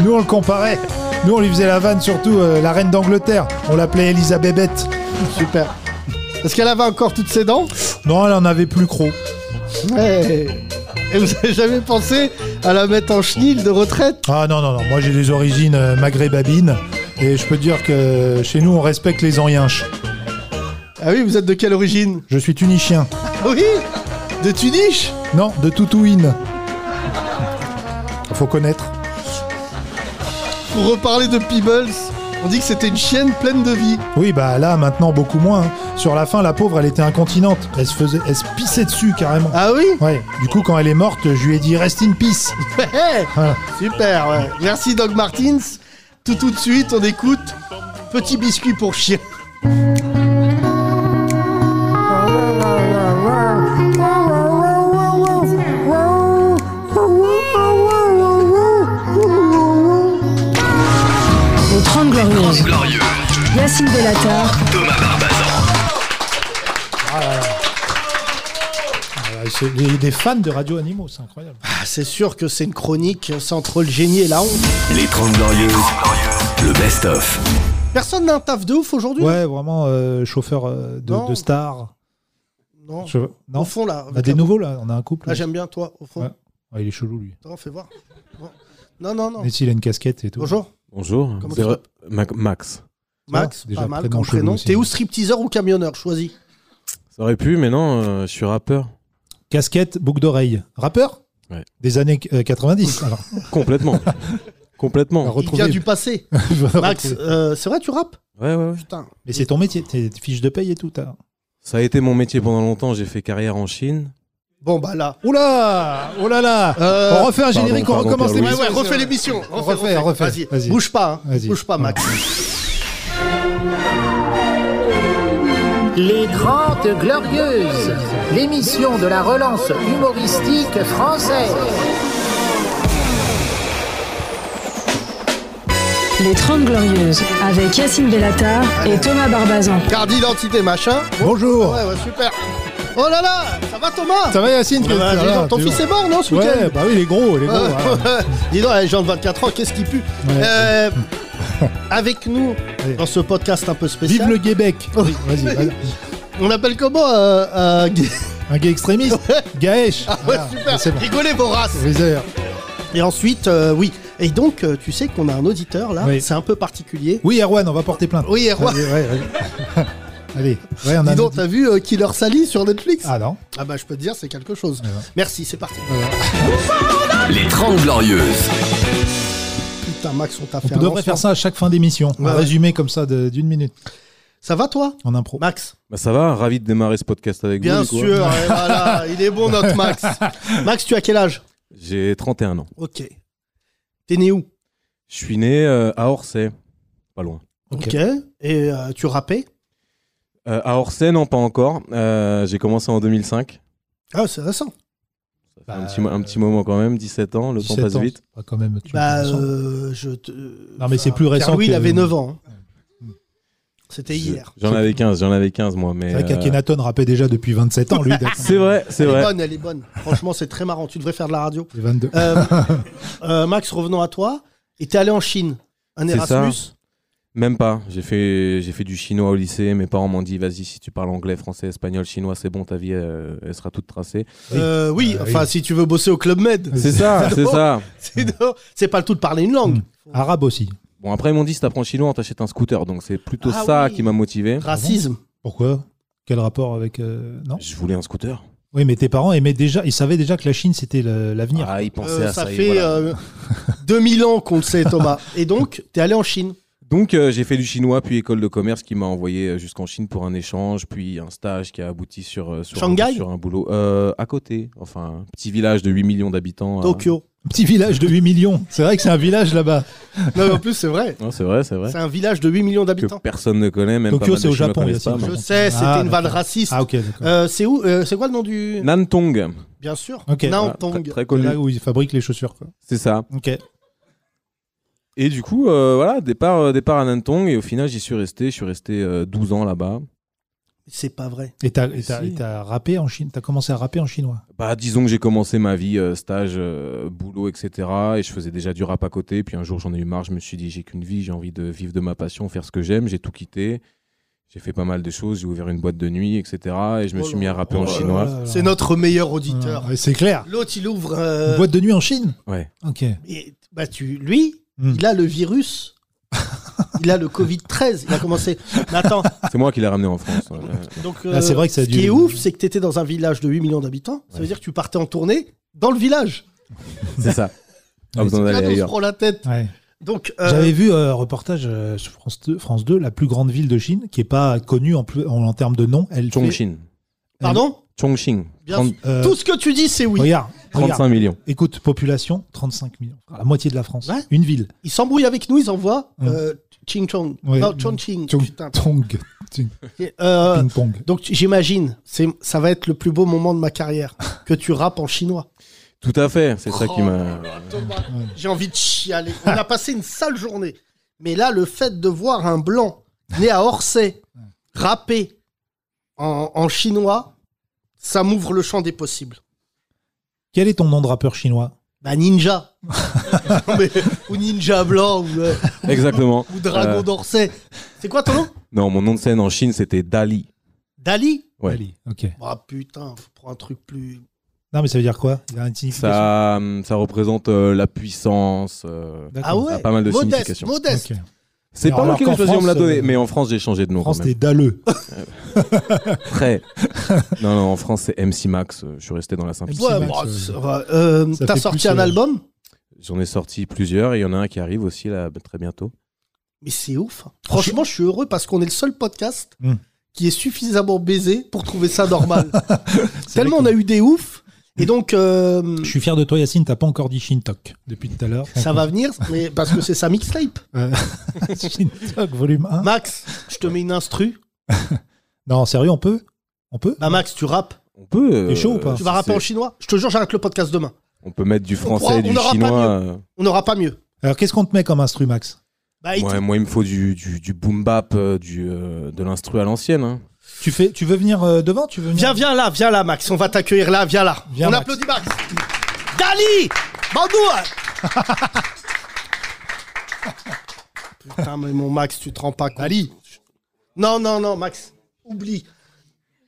Nous, on le comparait. Nous, on lui faisait la vanne, surtout euh, la reine d'Angleterre. On l'appelait Elisabeth. Super. Est-ce qu'elle avait encore toutes ses dents Non, elle en avait plus gros. Ouais. Et vous avez jamais pensé à la mettre en chenil de retraite Ah non, non, non. Moi, j'ai des origines euh, maghrébabines. Et je peux te dire que chez nous, on respecte les Anyenches. Ah oui, vous êtes de quelle origine Je suis tunisien. Ah Oui De Tunis Non, de Toutouine. Faut connaître. Pour reparler de Peebles, on dit que c'était une chienne pleine de vie. Oui, bah là, maintenant, beaucoup moins. hein. Sur la fin, la pauvre, elle était incontinente. Elle se faisait, elle se pissait dessus, carrément. Ah oui Ouais. Du coup, quand elle est morte, je lui ai dit Rest in peace. Ouais. Ah. Super, ouais. Merci Doc Martins. Tout tout de suite, on écoute Petit biscuit pour chien. Les 30 Glorieuses. Yacine Bellatar, Ah, c'est des, des fans de Radio Animaux, c'est incroyable. Ah, c'est sûr que c'est une chronique sans trop le génie et la honte. Les 30 Glorieuses, le best-of. Personne n'a un taf de ouf aujourd'hui Ouais, vraiment, euh, chauffeur euh, de, Mmh. Non. de stars. Non. Je- Au non, fond, là. on a avec des la- nouveaux là, on a un couple. Là, j'aime bien toi, au fond. Ouais. Ouais, il est chelou lui. Attends, fais voir. Non, non, non. non. Mais s'il a une casquette et tout. Oh. Bonjour. Bonjour. Comment Zéro- tu Ma- Max. Max, déjà pas mal très comme bon cheveu prénom. aussi. T'es ou stripteaseur ou camionneur Choisis. Ça aurait pu, mais non, euh, je suis rappeur. Casquette, boucle d'oreille. Rappeur Ouais. Des années euh, 90. Alors, Complètement. on va Complètement. Il vient retrouver. du passé. on va Max, retrouver. euh, c'est vrai, tu rappes Ouais, ouais, ouais. Putain. Mais c'est ton métier, tes tes fiches de paye et tout. t'as- Ça a été mon métier pendant longtemps. J'ai fait carrière en Chine. Bon, bah là. Oula Oh là là Euh, On refait un générique, pardon, on recommence pardon, Ouais, l'émission. ouais, refais l'émission. Refais, refait, refait. Vas-y, Vas-y. bouge pas. hein. Vas-y. Bouge pas, Max. Les Grandes Glorieuses, l'émission de la relance humoristique française. Les 30 Glorieuses avec Yacine Bellatar et Thomas Barbazan. Carte d'identité, machin. Bonjour Ouais, ouais, super. Oh là là, ça va Thomas Ça va Yacine Ah, Ouais, bah, dis donc, Ton fils est mort, non, ce week-end Ouais, bah oui, il est gros, il est gros. Ouais, ouais. ouais. Dis donc, les gens de 24 ans, qu'est-ce qui pue Ouais. Euh, Avec nous, Allez. dans ce podcast un peu Vive spécial, le Québec Oui. Vas-y, vas-y. on appelle comment euh, euh, Guy- Un gay extrémiste Gaëch Ah ouais, super C'est bon. Rigolez vos races Réserve. Et ensuite, euh, oui. Et donc, euh, tu sais qu'on a un auditeur, là, Oui. c'est un peu particulier. Oui, Erwan, on va porter plainte. Oui, Erwan, Allez, ouais, ouais. Allez, ouais, on a dis un donc, audi- t'as vu euh, Killer Sally sur Netflix Ah non Eh ben. Ah bah, je peux te dire, c'est quelque chose. Ouais. Merci, c'est parti. ben. Les 30 Glorieuses. Putain, Max, on t'a fait On un devrait lancement. faire ça à chaque fin d'émission. Ouais. Un résumé comme ça de- d'une minute Ça va, toi en impro. Max Bah, ça va, ravi de démarrer ce podcast avec vous. Bien du coup. hein. sûr, et voilà, il est bon notre Max. Max, tu as quel âge J'ai 31 ans. Ok. T'es né où Je suis né euh, à Orsay. Pas loin. Ok. Ok. Et euh, tu rappais Euh, à Orsay, non, pas encore. Euh, j'ai commencé en 2005. Ah, c'est récent. Ça fait Bah, un, petit, mo- un petit moment quand même, 17 ans, le temps 17 passe ans, vite. c'est pas quand même. tu Bah, me sens. euh, je te... mais c'est plus récent Louis, il que- avait 9 ans. hein. C'était Je- hier. J'en avais 15, j'en avais 15 moi. Mais, C'est vrai euh, qu'Akenaton rappait déjà depuis 27 ans, lui. d'accord. c'est vrai, c'est Elle est vrai. bonne, elle est bonne. Franchement, c'est très marrant. Tu devrais faire de la radio. Il est 22. Euh, euh, Max, revenons à toi. Et t'es allé en Chine. Un C'est Erasmus. Même pas. J'ai fait, j'ai fait du chinois au lycée. Mes parents m'ont dit, vas-y, si tu parles anglais, français, espagnol, chinois, c'est bon, ta vie, euh, elle sera toute tracée. Euh, oui, Euh, enfin, oui. si tu veux bosser au Club Med. C'est ça, c'est ça. Sinon, C'est pas le tout de parler une langue. Hmm. Arabe aussi. Bon, après, ils m'ont dit, si t'apprends chinois, on t'achète un scooter. Donc, c'est plutôt Ah ça oui. qui m'a motivé. Racisme. Pourquoi Quel rapport avec. euh, Non Je voulais un scooter. Oui, mais tes parents aimaient déjà. Ils savaient déjà que la Chine, c'était le- l'avenir. Ah, ils pensaient Euh, à ça ça. et fait voilà. euh, 2000 ans qu'on le sait, Thomas. Et donc, t'es allé en Chine. Donc euh, j'ai fait du chinois, puis école de commerce qui m'a envoyé euh, jusqu'en Chine pour un échange, puis un stage qui a abouti sur, euh, sur, Shanghai un, sur un boulot euh, à côté, enfin un petit village de 8 millions d'habitants. hein. à- Tokyo. Petit village de 8 millions. C'est vrai que c'est un village là-bas. Non, mais en plus, c'est vrai. Non, c'est vrai, c'est vrai. C'est un village de 8 millions Que d'habitants. personne ne connaît, même Tokyo, pas mal de c'est au Chinois Japon, connaissent Yacine. pas, Je mais- sais, c'était Ah, une vanne d'accord. raciste. Ah, ok, d'accord. Euh, c'est où euh, C'est quoi le nom du. Nantong, Bien sûr. Ok. très, Nantong. Ah, très C'est connu, là où ils fabriquent les chaussures. quoi. c'est ça. Ok. Et du coup, euh, voilà, départ, euh, départ à Nantong, et au final j'y suis resté, je suis resté euh, 12 ans là-bas. C'est pas vrai. Et t'as et t'as- Si. et t'as rappé en Chine T'as commencé à rapper en chinois Bah, disons que j'ai commencé ma vie, euh, stage, euh, boulot, etc. Et je faisais déjà du rap à côté. Puis un jour, j'en ai eu marre. Je me suis dit, j'ai qu'une vie, j'ai envie de vivre de ma passion, faire ce que j'aime. J'ai tout quitté. J'ai fait pas mal de choses. J'ai ouvert une boîte de nuit, etc. Et je me Oh suis là mis à là. rapper Oh en là chinois. là là. C'est notre meilleur auditeur. Ah, C'est clair. L'autre, il ouvre. euh, Une Boîte de nuit en Chine Ouais. Ok. et- bah, tu, lui, Hmm. il a le virus. il a le Covid-13. Il a commencé. Mais attends. C'est moi qui l'ai ramené en France. ouais. Donc, euh, Ah, c'est vrai que ça a ce dû- qui est ouf, c'est que tu étais dans un village de 8 millions d'habitants. Ça veut Ouais. dire que tu partais en tournée dans le village. C'est ça. Ah, Pas besoin Là, d'aller on se ailleurs. prend la tête. Ouais. Donc, euh, J'avais vu euh, un reportage euh, sur France 2, France 2, la plus grande ville de Chine, qui est pas connue en, plus, en, en termes de nom. Elle fait, Chongqing. pardon Chongqing. Bien 30 sûr. euh, Tout ce que tu dis, c'est oui. Regarde, regarde. 35 millions. Écoute, population 35 millions, la moitié de la France, Ouais. une ville. Ils s'embrouillent avec nous, ils envoient Hmm. euh, Ching Chong. Ouais. Non, Chong Ching. Chong- Putain. Tong, ting, Et, euh, ping pong. donc j'imagine, c'est, ça va être le plus beau moment de ma carrière, que tu rappes en chinois. Tout à fait. C'est ça Oh, qui m'a. J'ai envie de chialer. On a passé une sale journée. Mais là, le fait de voir un blanc né à Orsay rapper en, en chinois, ça m'ouvre le champ des possibles. Quel est ton nom de rappeur chinois Bah ninja. Non, mais- ou ninja blanc, ou, euh, Exactement. ou dragon Euh, d'Orsay. C'est quoi ton nom Non, mon nom de scène en Chine, c'était Dali. Dali Ouais. Ali. Ok. Ah putain, faut prendre un truc plus... Non, mais ça veut dire quoi Il y a une signification Ça, hum, ça représente euh, la puissance. euh, D'accord. Ah ouais pas mal de Modeste, significations. modeste. Ok. C'est Alors, pas moi alors qui l'ai qu'en choisi, on me l'a France, donné. euh, Mais en France, j'ai changé de nom. France, quand même. t'es dalleux. Très. non, non, en France, c'est MC Max. euh, Je suis resté dans la MC simplicité. Ouais, Max, bon, euh, c'est vrai. Euh, ça T'as fait sorti plus, un euh, album J'en ai sorti plusieurs et il y en a un qui arrive aussi là très bientôt. Mais c'est ouf. Franchement, je suis heureux parce qu'on est le seul podcast Hmm. qui est suffisamment baisé pour trouver ça normal. C'est Tellement on vrai a eu des oufs. Et donc, euh, que- Je suis fier de toi, Yacine. T'as pas encore dit Shintok depuis tout à l'heure. Euh, ça va venir, mais parce que c'est sa mixtape. Shintok, volume 1. Max, je te mets une instru. Non, sérieux, on peut On peut Bah, Max, tu rappes. On peut. euh, T'es chaud ou pas Tu vas rapper en c'est- chinois Je te jure, j'arrête le podcast demain. On peut mettre du pourra- français et on du n'aura pas chinois. euh, On n'aura pas mieux. Alors, qu'est-ce qu'on te met comme instru, Max Bah, il- Ouais, moi, il me faut du, du, du boom bap, euh, du, euh, de l'instru à l'ancienne. hein. tu, fais, tu veux venir euh, devant tu veux venir... Viens, viens là, viens là, Max. On va t'accueillir là, viens là. Viens, on Max. applaudit Max. Dali Bandoua Putain, mais mon Max, tu te rends pas compte. Dali Non, non, non, Max, oublie.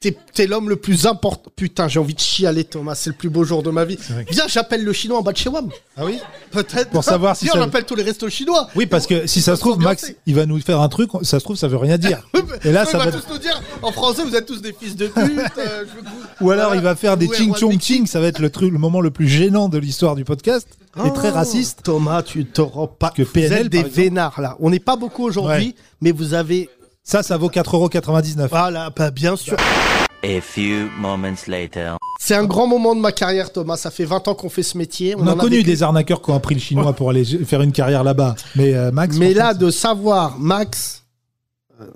T'es t'es l'homme le plus important. Putain, j'ai envie de chialer, Thomas. C'est le plus beau jour de ma vie. vrai que- Viens, j'appelle le chinois en bas de chez Wam. Ah oui Peut-être. Pour savoir si Viens, ça- j'appelle tous les restos chinois. Oui, parce que si ça se trouve, Max, il va nous faire un truc. Ça se trouve, ça veut rien dire. Et là, Oui, ça on va. va tous nous dire en français, vous êtes tous des fils de pute. euh, je veux que vous- Ou alors, il va faire des Où est ching Juan chong Mixi ching. Ça va être le truc, le moment le plus gênant de l'histoire du podcast. Et très Oh, raciste. Thomas, tu te rends pas. que PNL, vous êtes des par exemple. vénards là. On n'est pas beaucoup aujourd'hui, Ouais. mais vous avez. Ça, ça vaut 4,99€. Voilà, bah, bien sûr. A few moments later. C'est un grand moment de ma carrière, Thomas. Ça fait 20 ans qu'on fait ce métier. On a en connu vécu. des arnaqueurs qui ont appris le chinois pour aller faire une carrière là-bas. Mais euh, Max. Mais franchement, là, de savoir, Max. euh,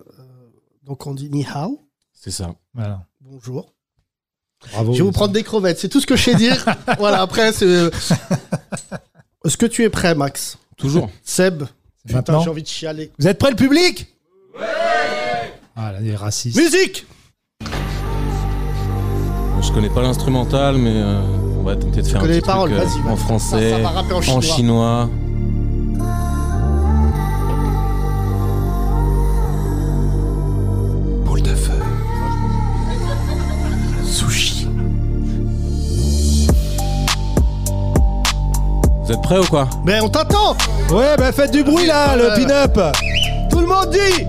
donc on dit ni hao. C'est ça. Voilà. Bonjour. Bravo. Je vais vous prendre des crevettes. C'est tout ce que je sais dire. voilà, après, c'est. euh, Est-ce que tu es prêt, Max Toujours. Seb Putain, Maintenant. j'ai envie de chialer. Vous êtes prêts, le public Ah là, les racistes. Musique Je connais pas l'instrumental, mais euh, on va tenter de faire un connais petit les paroles, truc euh, vas-y, vas-y. en français, Ça, ça va rapper en chinois. chinois. Boule de feu. Sushi. Vous êtes prêts ou quoi Mais on t'attend Ouais, bah faites du bruit là, le Ouais. pin-up Tout le monde dit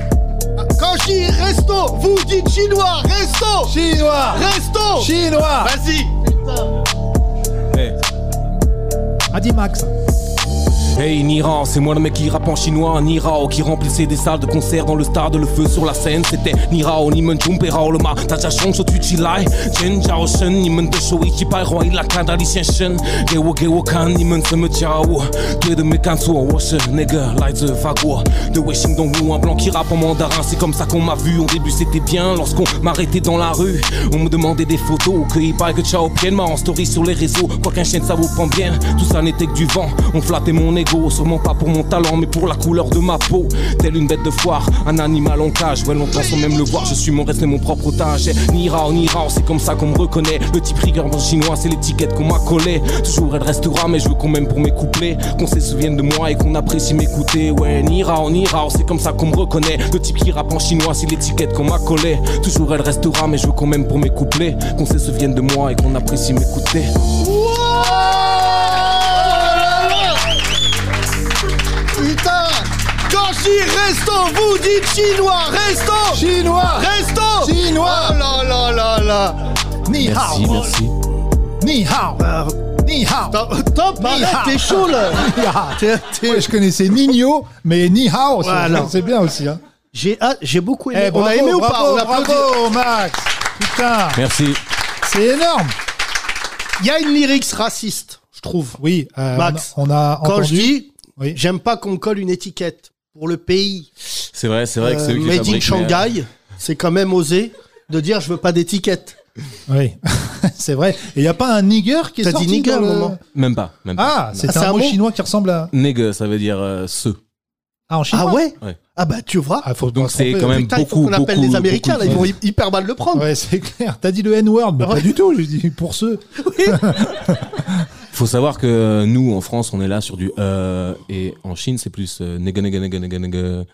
Quand je dis resto, vous dites chinois, resto Chinois Resto Chinois Vas-y hey. A dit Max. Hey Niran, c'est moi le mec qui rappe en chinois, Nirao qui remplissait des salles de concert dans le stade, le feu sur la scène, c'était Nirao, ni men jumpe rao le ma, ta ja shong shou tu chi lai, jen jiao shen, ni men de shou i chi pai roi la kan da li xian shen, ge wo ge wo kan, ni men se me jia wo, ge de me kan suo, wo shi nigga, lai zi fa guo, de wei shing dong wu, un blanc qui rappe en mandarin, c'est comme ça qu'on m'a vu, au début c'était bien, lorsqu'on m'arrêtait dans la rue, on me demandait des photos, que i pai que chao pien ma, en story sur les réseaux, quoi qu'un chien ça vous prend bien, tout ça n'était que du vent, on flattait mon ego, sûrement pas pour mon talent, mais pour la couleur de ma peau. Telle une bête de foire, un animal en cage, ouais, longtemps sans même le voir, je suis mon reste et mon propre otage. Eh, Ni rao, ni rao, c'est comme ça qu'on me reconnaît. Le type rigueur dans le chinois, c'est l'étiquette qu'on m'a collée. Toujours elle restera, mais je veux qu'on m'aime pour mes couplets, qu'on se souvienne de moi et qu'on apprécie m'écouter. Ouais, ni rao, ni rao, c'est comme ça qu'on me reconnaît. Le type qui rappe en chinois, c'est l'étiquette qu'on m'a collée. Toujours elle restera, mais je veux qu'on m'aime pour mes couplets, qu'on se souvienne de moi et qu'on apprécie m'écouter. Putain Quand je dis resto, vous dites chinois, resto Chinois Resto Chinois. Oh là là là là Ni hao Ni hao Ah, Ni hao Top, top, Ni arrête, hao. t'es chaud là Ni hao. T'es- t'es- Ouais, Ah, je connaissais Nino, mais Ni hao, c'est- Voilà. c'est bien aussi. Hein. J'ai hâte- j'ai beaucoup aimé. Eh, on bravo, a aimé ou pas bravo, On applaudit. bravo, Max Putain, Merci. c'est énorme Il y a une lyrics raciste, je trouve. Oui, euh, Max, on a, on a Quand entendu. je dis, Oui. j'aime pas qu'on me colle une étiquette pour le pays. C'est vrai, c'est vrai que c'est Euh, eux qui Made in fabriquent, mais, euh, Shanghai, c'est quand même osé de dire je veux pas d'étiquette. Oui, c'est vrai. Et il n'y a pas un nigger qui est T'as dit sorti nigger, dans au le... moment. Même pas, même pas. Ah, c'est euh, c'est un, un mot mot chinois qui ressemble à... Nègre, ça veut dire euh, ceux. Ah, en chinois Ah ouais, Ouais. Ah bah tu vois. Ah, faut pas Donc se c'est tromper. quand même Putain, il faut beaucoup, qu'on appelle beaucoup, les Américains, beaucoup là, de ils vont choses. hy- hyper mal le prendre. Ouais, c'est clair. T'as dit le N-word, mais pas du tout. Je dis pour ceux. Faut savoir que nous, en France, on est là sur du euh, et en Chine, c'est plus euh, nègre, nègre, nègre, nègre, nègre.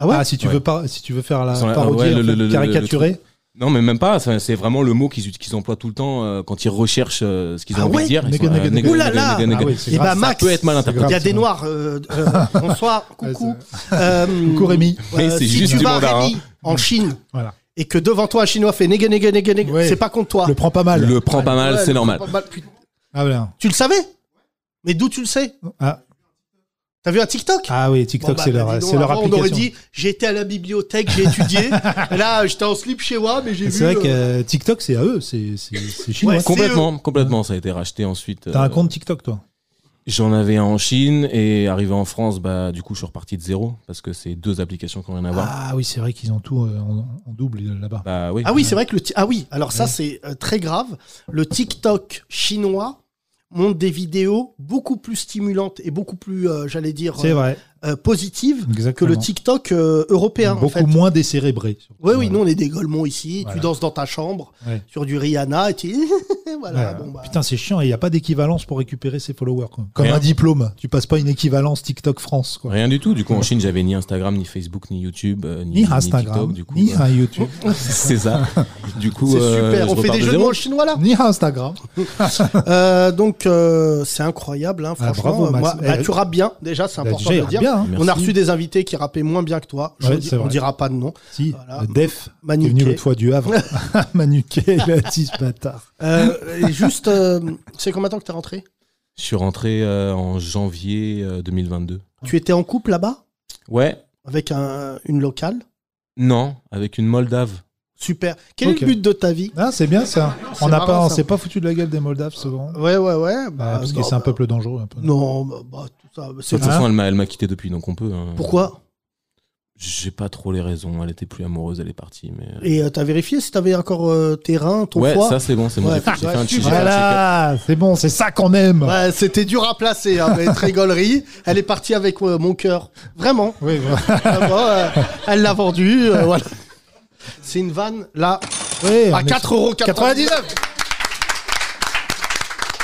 Ah ouais si tu Ouais. veux pas, si tu veux faire la Bah, Ils sont là, parodie, ouais, en le- fait, le- le- le- caricaturer. Non, mais même pas. ça- C'est vraiment le mot qu'ils ut- qu'ils emploient tout le temps euh, quand ils recherchent euh, ce qu'ils ont Ah envie ouais de dire. Ils Nigga, sont, euh, nigga, nigga, nigga. nigga, Oulala. nigga, nigga. Ah ouais, c'est Eh grave, bah, ça. Max, peut être mal interprété. Il y a des noirs. euh, euh, bonsoir, coucou. Euh, Coucou Rémi. Oui, c'est si juste tu du vas, mandarin. Rémi, en Chine Voilà. et que devant toi un chinois fait néga néga néga néga, c'est pas contre toi. Le prend pas mal. Le prend pas mal, Ouais, c'est le normal. prend pas mal, putain. Ah, voilà. Tu le savais Mais d'où tu le sais Ah. T'as vu un TikTok Ah oui, TikTok, Bon, bah, c'est bah, leur, dis donc, c'est leur avant, application. On aurait dit j'ai été à la bibliothèque, j'ai étudié. Là, j'étais en slip chez moi, mais j'ai vu. C'est vrai que euh, euh, TikTok, c'est à eux, c'est c'est- c'est chinois. Ouais, c'est Complètement, complètement. Ça a été racheté ensuite. T'as euh, un compte TikTok, toi J'en avais un en Chine et arrivé en France, bah, du coup, je suis reparti de zéro parce que c'est deux applications qui n'ont rien à voir. Ah oui, c'est vrai qu'ils ont tout euh, en, en double euh, là-bas. Bah oui. Ah oui, c'est vrai que le. ti- Ah oui, alors ça, c'est euh, très grave. Le TikTok chinois montre des vidéos beaucoup plus stimulantes et beaucoup plus, euh, j'allais dire, C'est euh, vrai. euh, positives que Exactement. le TikTok euh, européen. en Beaucoup fait. moins décérébré. surtout. Oui, oui, nous on est des golemons ici. Voilà. Tu danses dans ta chambre Ouais. sur du Rihanna et tu. voilà, Ouais. bon, bah. Putain, c'est chiant, il n'y a pas d'équivalence pour récupérer ses followers. quoi. Comme Rien. un diplôme, tu passes pas une équivalence TikTok France. Quoi. Rien du tout. Du coup, en Chine, j'avais ni Instagram, ni Facebook, ni YouTube, euh, ni, Ni Instagram, TikTok. Du coup, ni bah, un YouTube, c'est ça. Du coup, C'est euh, super, je on fait repars des de jeux de zéro. mots chinois là. ni un Instagram. Euh, donc euh, c'est incroyable, hein, Ah, franchement. bravo, euh, Max. moi, bah, Eh, tu rappes bien, déjà c'est Bah, important déjà, il de le rappe dire. bien, hein. On a Merci. reçu des invités qui rappaient moins bien que toi. Je Ouais, dis- c'est on vrai. dira pas de nom. Si, Voilà. le Def, qui est Manuquet. venu l'autre fois du Havre. Manuquet, il a dit ce bâtard. Euh, et juste, euh, c'est combien de temps que t'es rentré Je suis rentré euh, en janvier euh, 2022. Tu étais en couple là-bas Ouais. avec un- une locale. Non, avec une Moldave. Super. Quel Ok. est le but de ta vie Ah, c'est bien ça. On n'a marrant, pas, on ça. s'est pas foutu de la gueule des Moldaves souvent. Ouais, ouais, ouais. bah, parce que non, c'est un bah, peuple dangereux. Un peu. Non, bah, bah, tout ça. bah, De c'est- toute façon, elle m'a- elle m'a quitté depuis, donc on peut. hein. Pourquoi J'ai pas trop les raisons. Elle était plus amoureuse, elle est partie. Mais... Et euh, t'as vérifié si t'avais encore euh, tes reins, ton ouais, foie ça c'est bon, c'est bon. Ouais, J'ai fait- j'ai ouais, fait un check- j'ai fait un check-up. Voilà, c'est bon, c'est ça qu'on aime. Ouais, c'était dur à placer, hein, mais très gaulerie. Elle est partie avec euh, mon cœur. Vraiment. Oui, voilà. Vraiment, euh, elle l'a vendu. euh, voilà. C'est une vanne, là, Oui, à Eh, on est- 4,99€.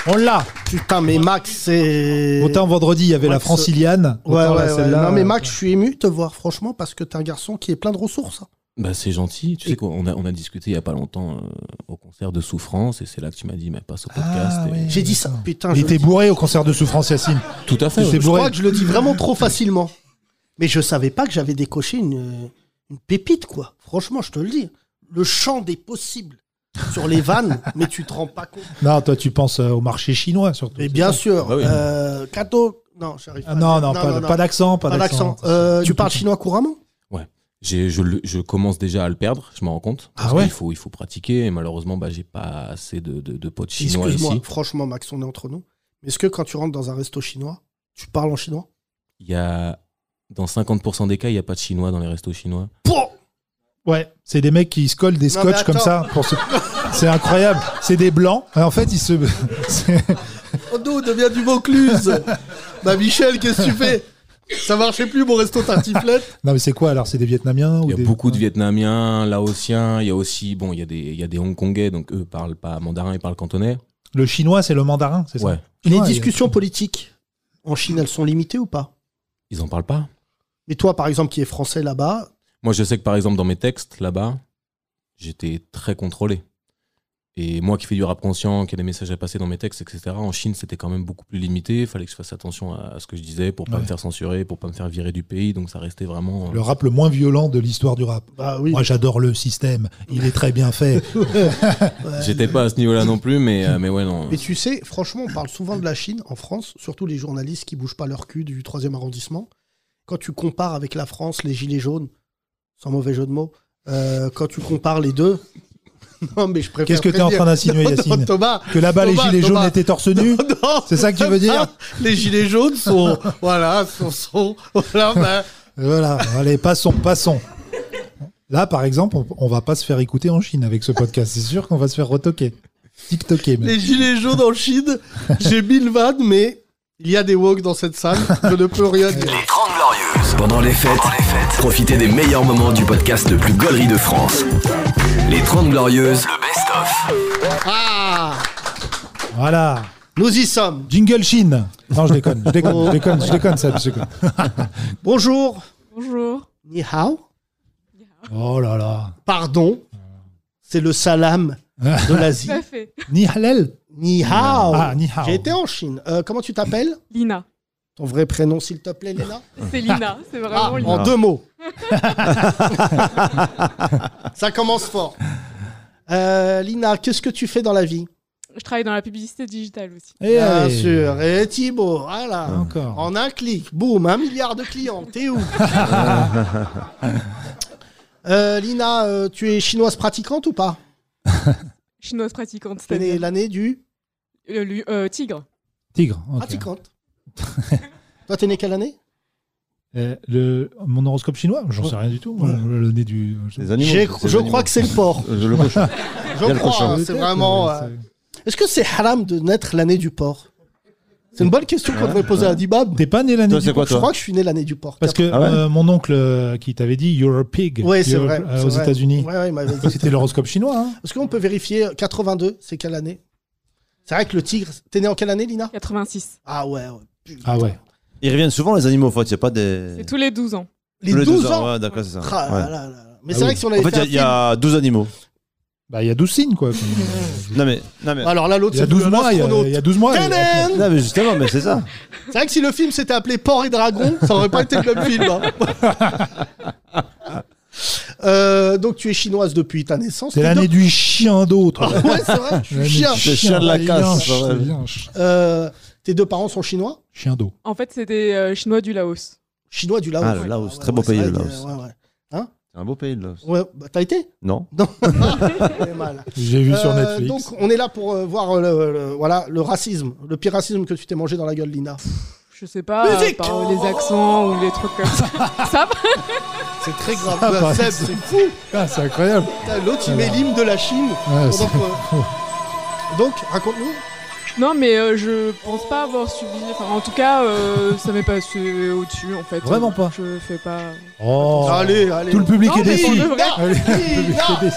On l'a. Ah, Putain, mais Max, c'est. Autant vendredi, il y avait la Max- euh, franciliane. Ouais, ouais, autant là, ouais. celle-là, Non, mais euh, Max, je suis ému de te voir, franchement, parce que t'es un garçon qui est plein de ressources. hein. Bah, c'est gentil. Tu sais quoi, on a, on a discuté il y a pas longtemps euh, au concert de Souffrance et c'est là que tu m'as dit, mais passe au podcast. Ah, et- ouais. J'ai dit ça. Putain, Il je, était le dis- bourré au concert de Souffrance Yacine. Tout à fait. Tu ouais. sais, je bourré. crois que je le dis vraiment trop facilement. Mais je savais pas que j'avais décoché une, une pépite, quoi. Franchement, je te le dis. Le champ des possibles sur les vannes, mais tu te rends pas compte. Non, toi, tu penses euh, au marché chinois surtout. Mais c'est bien ça sûr. Bah oui. euh, Kato. Non, j'arrive Ah, pas. non, non, pas, pas d'accent, pas, Pas d'accent. Euh, tu parles chinois couramment J'ai- je, le- je commence déjà à le perdre, je m'en rends compte. Ah Parce ouais qu'il faut, il faut pratiquer et malheureusement, bah, j'ai pas assez de, de, de potes chinois Excuse-moi, ici. franchement, Max, on est entre nous. Mais Est-ce que quand tu rentres dans un resto chinois, tu parles en chinois Il y a, dans 50% des cas, il n'y a pas de chinois dans les restos chinois. Ouais, c'est des mecs qui se collent des Non, scotch mais comme ça. pour se- C'est incroyable. C'est des blancs. Et en fait, ils se. c'est- Oh non, devient du Vaucluse Bah, Michel, qu'est-ce que tu fais Ça marchait plus, mon resto tartiflette. Non, mais c'est quoi alors C'est des Vietnamiens ou Il y a des- beaucoup de Vietnamiens, Laotiens, il y a aussi, bon, il y a des, il y a des Hongkongais, donc eux parlent pas mandarin, ils parlent cantonais. Le chinois, c'est le mandarin, c'est ça Ouais. Les Ouais, euh, discussions politiques en Chine, elles sont limitées ou pas Ils en parlent pas. Mais toi, par exemple, qui est français là-bas, Moi, je sais que par exemple, dans mes textes, là-bas, j'étais très contrôlé. Et moi qui fais du rap conscient, qui a des messages à passer dans mes textes, etc., en Chine, c'était quand même beaucoup plus limité. Il fallait que je fasse attention à à ce que je disais pour pas Ouais. me faire censurer, pour pas me faire virer du pays. Donc ça restait vraiment. euh, Le rap le moins violent de l'histoire du rap. bah oui. Moi, j'adore le système. Il est très bien fait. euh, J'étais pas à ce niveau-là non plus, mais, euh, mais ouais, non. Mais tu sais, franchement, on parle souvent de la Chine en France, surtout les journalistes qui bougent pas leur cul du 3e arrondissement. Quand tu compares avec la France, les gilets jaunes, sans mauvais jeu de mots, euh, quand tu compares les deux. Non, mais je préfère. Qu'est-ce que t'es prévenir. en train d'insinuer, Non, non, Yacine Thomas, Que là-bas, les Thomas, gilets jaunes Thomas. étaient torse nu Non, Ah. C'est ça que tu veux dire Les gilets jaunes sont. voilà, sont. sont- voilà, ben, Voilà, allez, passons, passons. Là, par exemple, on, on va pas se faire écouter en Chine avec ce podcast. C'est sûr qu'on va se faire retoquer. TikToker, même. les gilets jaunes en Chine, j'ai mille vannes, mais il y a des woke dans cette salle, je ne peux rien dire. Les 30 Glorieuses. Pendant les fêtes, profitez des meilleurs moments du podcast le plus gaulerie de France. Les 30 Glorieuses, le best-of. Ah Voilà. Nous y sommes. Jingle Chine. Non, je déconne, je déconne, je déconne, je déconne, Seb, je déconne. Bonjour. Bonjour. Ni hao. Oh là là. Pardon. c'est le salam de l'Asie. Tout à fait. Ni halal Ni hao. Ah, ni hao. J'ai été en Chine. Euh, comment tu t'appelles Lina. Ton vrai prénom, s'il te plaît, Léna C'est Lina, c'est vraiment Ah, Lina. en deux mots. Ça commence fort. Euh, Lina, qu'est-ce que tu fais dans la vie Je travaille dans la publicité digitale aussi. Et Bien Eh allez. Ah, sûr. Et Thibaut, voilà. Encore. En un clic, boum, un milliard de clients. T'es où Ah, Euh, Lina, euh, tu es chinoise pratiquante ou pas Chinoise pratiquante, T'es née c'est-à-dire l'année du Euh, lui- euh, tigre. Tigre. ok. pratiquante. Toi, t'es née quelle année Euh, le, mon horoscope chinois, j'en sais rien du tout. moi. Le nez du. je sais Les pas. animaux. J'ai- c'est Je les animaux. crois que c'est le porc. Euh, Le cochon. Je le crois, cochon. hein, c'est vraiment. Ouais, euh, c'est- Est-ce que c'est haram de naître l'année du porc C'est une bonne question qu'on devrait poser à Dibab. T'es pas né l'année Toi, du c'est quoi, Je toi crois que je suis né l'année du porc. Parce que Ah ouais euh, mon oncle euh, qui t'avait dit You're a pig Ouais, c'est You're- vrai. euh, c'est aux vrai. États-Unis. Ouais, ouais, il m'avait dit. C'était l'horoscope chinois. hein. Est-ce qu'on peut vérifier euh, 82, c'est quelle année C'est vrai que le tigre. T'es né en quelle année, Lina 86. Ah ouais, ouais. putain. Ah ouais. Ils reviennent souvent, les animaux, en fait. Il n'y a pas des. C'est tous les 12 ans. Les Tous 12, ans ouais, d'accord, c'est ça. Ah Ouais. là là là. Mais Ah c'est oui. vrai que si on avait En fait, il y a- fait. il y, a 12 animaux. Bah, il y a 12 signes, quoi. euh, Non, mais. Non, mais, un film- Alors là, l'autre, Il y a c'est 12 devenu un mois. Il y a- astronaute. il y a 12 mois. il y a- Tadam non, mais justement, mais c'est ça. C'est vrai que si le film s'était appelé Porc et Dragon, ça aurait pas été le même film. hein. Euh, donc tu es chinoise depuis ta naissance. C'est dis l'année donc. du chien d'autre. Ah ouais, c'est vrai, je suis chien. Le chien de la casse, ça, ouais. Euh, tes deux parents sont chinois Chien d'eau. En fait, c'est des euh, Chinois du Laos. Chinois du Laos. Ah, le Laos, très beau c'est pays, vrai le que- Laos. ouais, ouais. C'est un beau pays, là. Ouais, bah, T'as été Non Non. J'ai mal. J'ai vu sur Euh, Netflix. donc on est là pour euh, voir euh, le, le- voilà, le racisme, le pire racisme que tu t'es mangé dans la gueule, Lina. Je sais pas, Musique par euh, les accents ou les trucs comme ça. ça va C'est très grave. Ah, Bah, bah, Seb, c'est fou. Ah, c'est incroyable. Putain, L'autre, il met l'hymne de la Chine. Ouais, pendant c'est- que- Donc, raconte-nous. Non, mais euh, je pense pas avoir subi. Enfin, en tout cas, euh, ça m'est passé au-dessus, en fait. Vraiment pas. Je fais pas. Oh. Allez, allez. Tout le public Non, est mais déçu. pour de vrai. Allez, le public est déçu.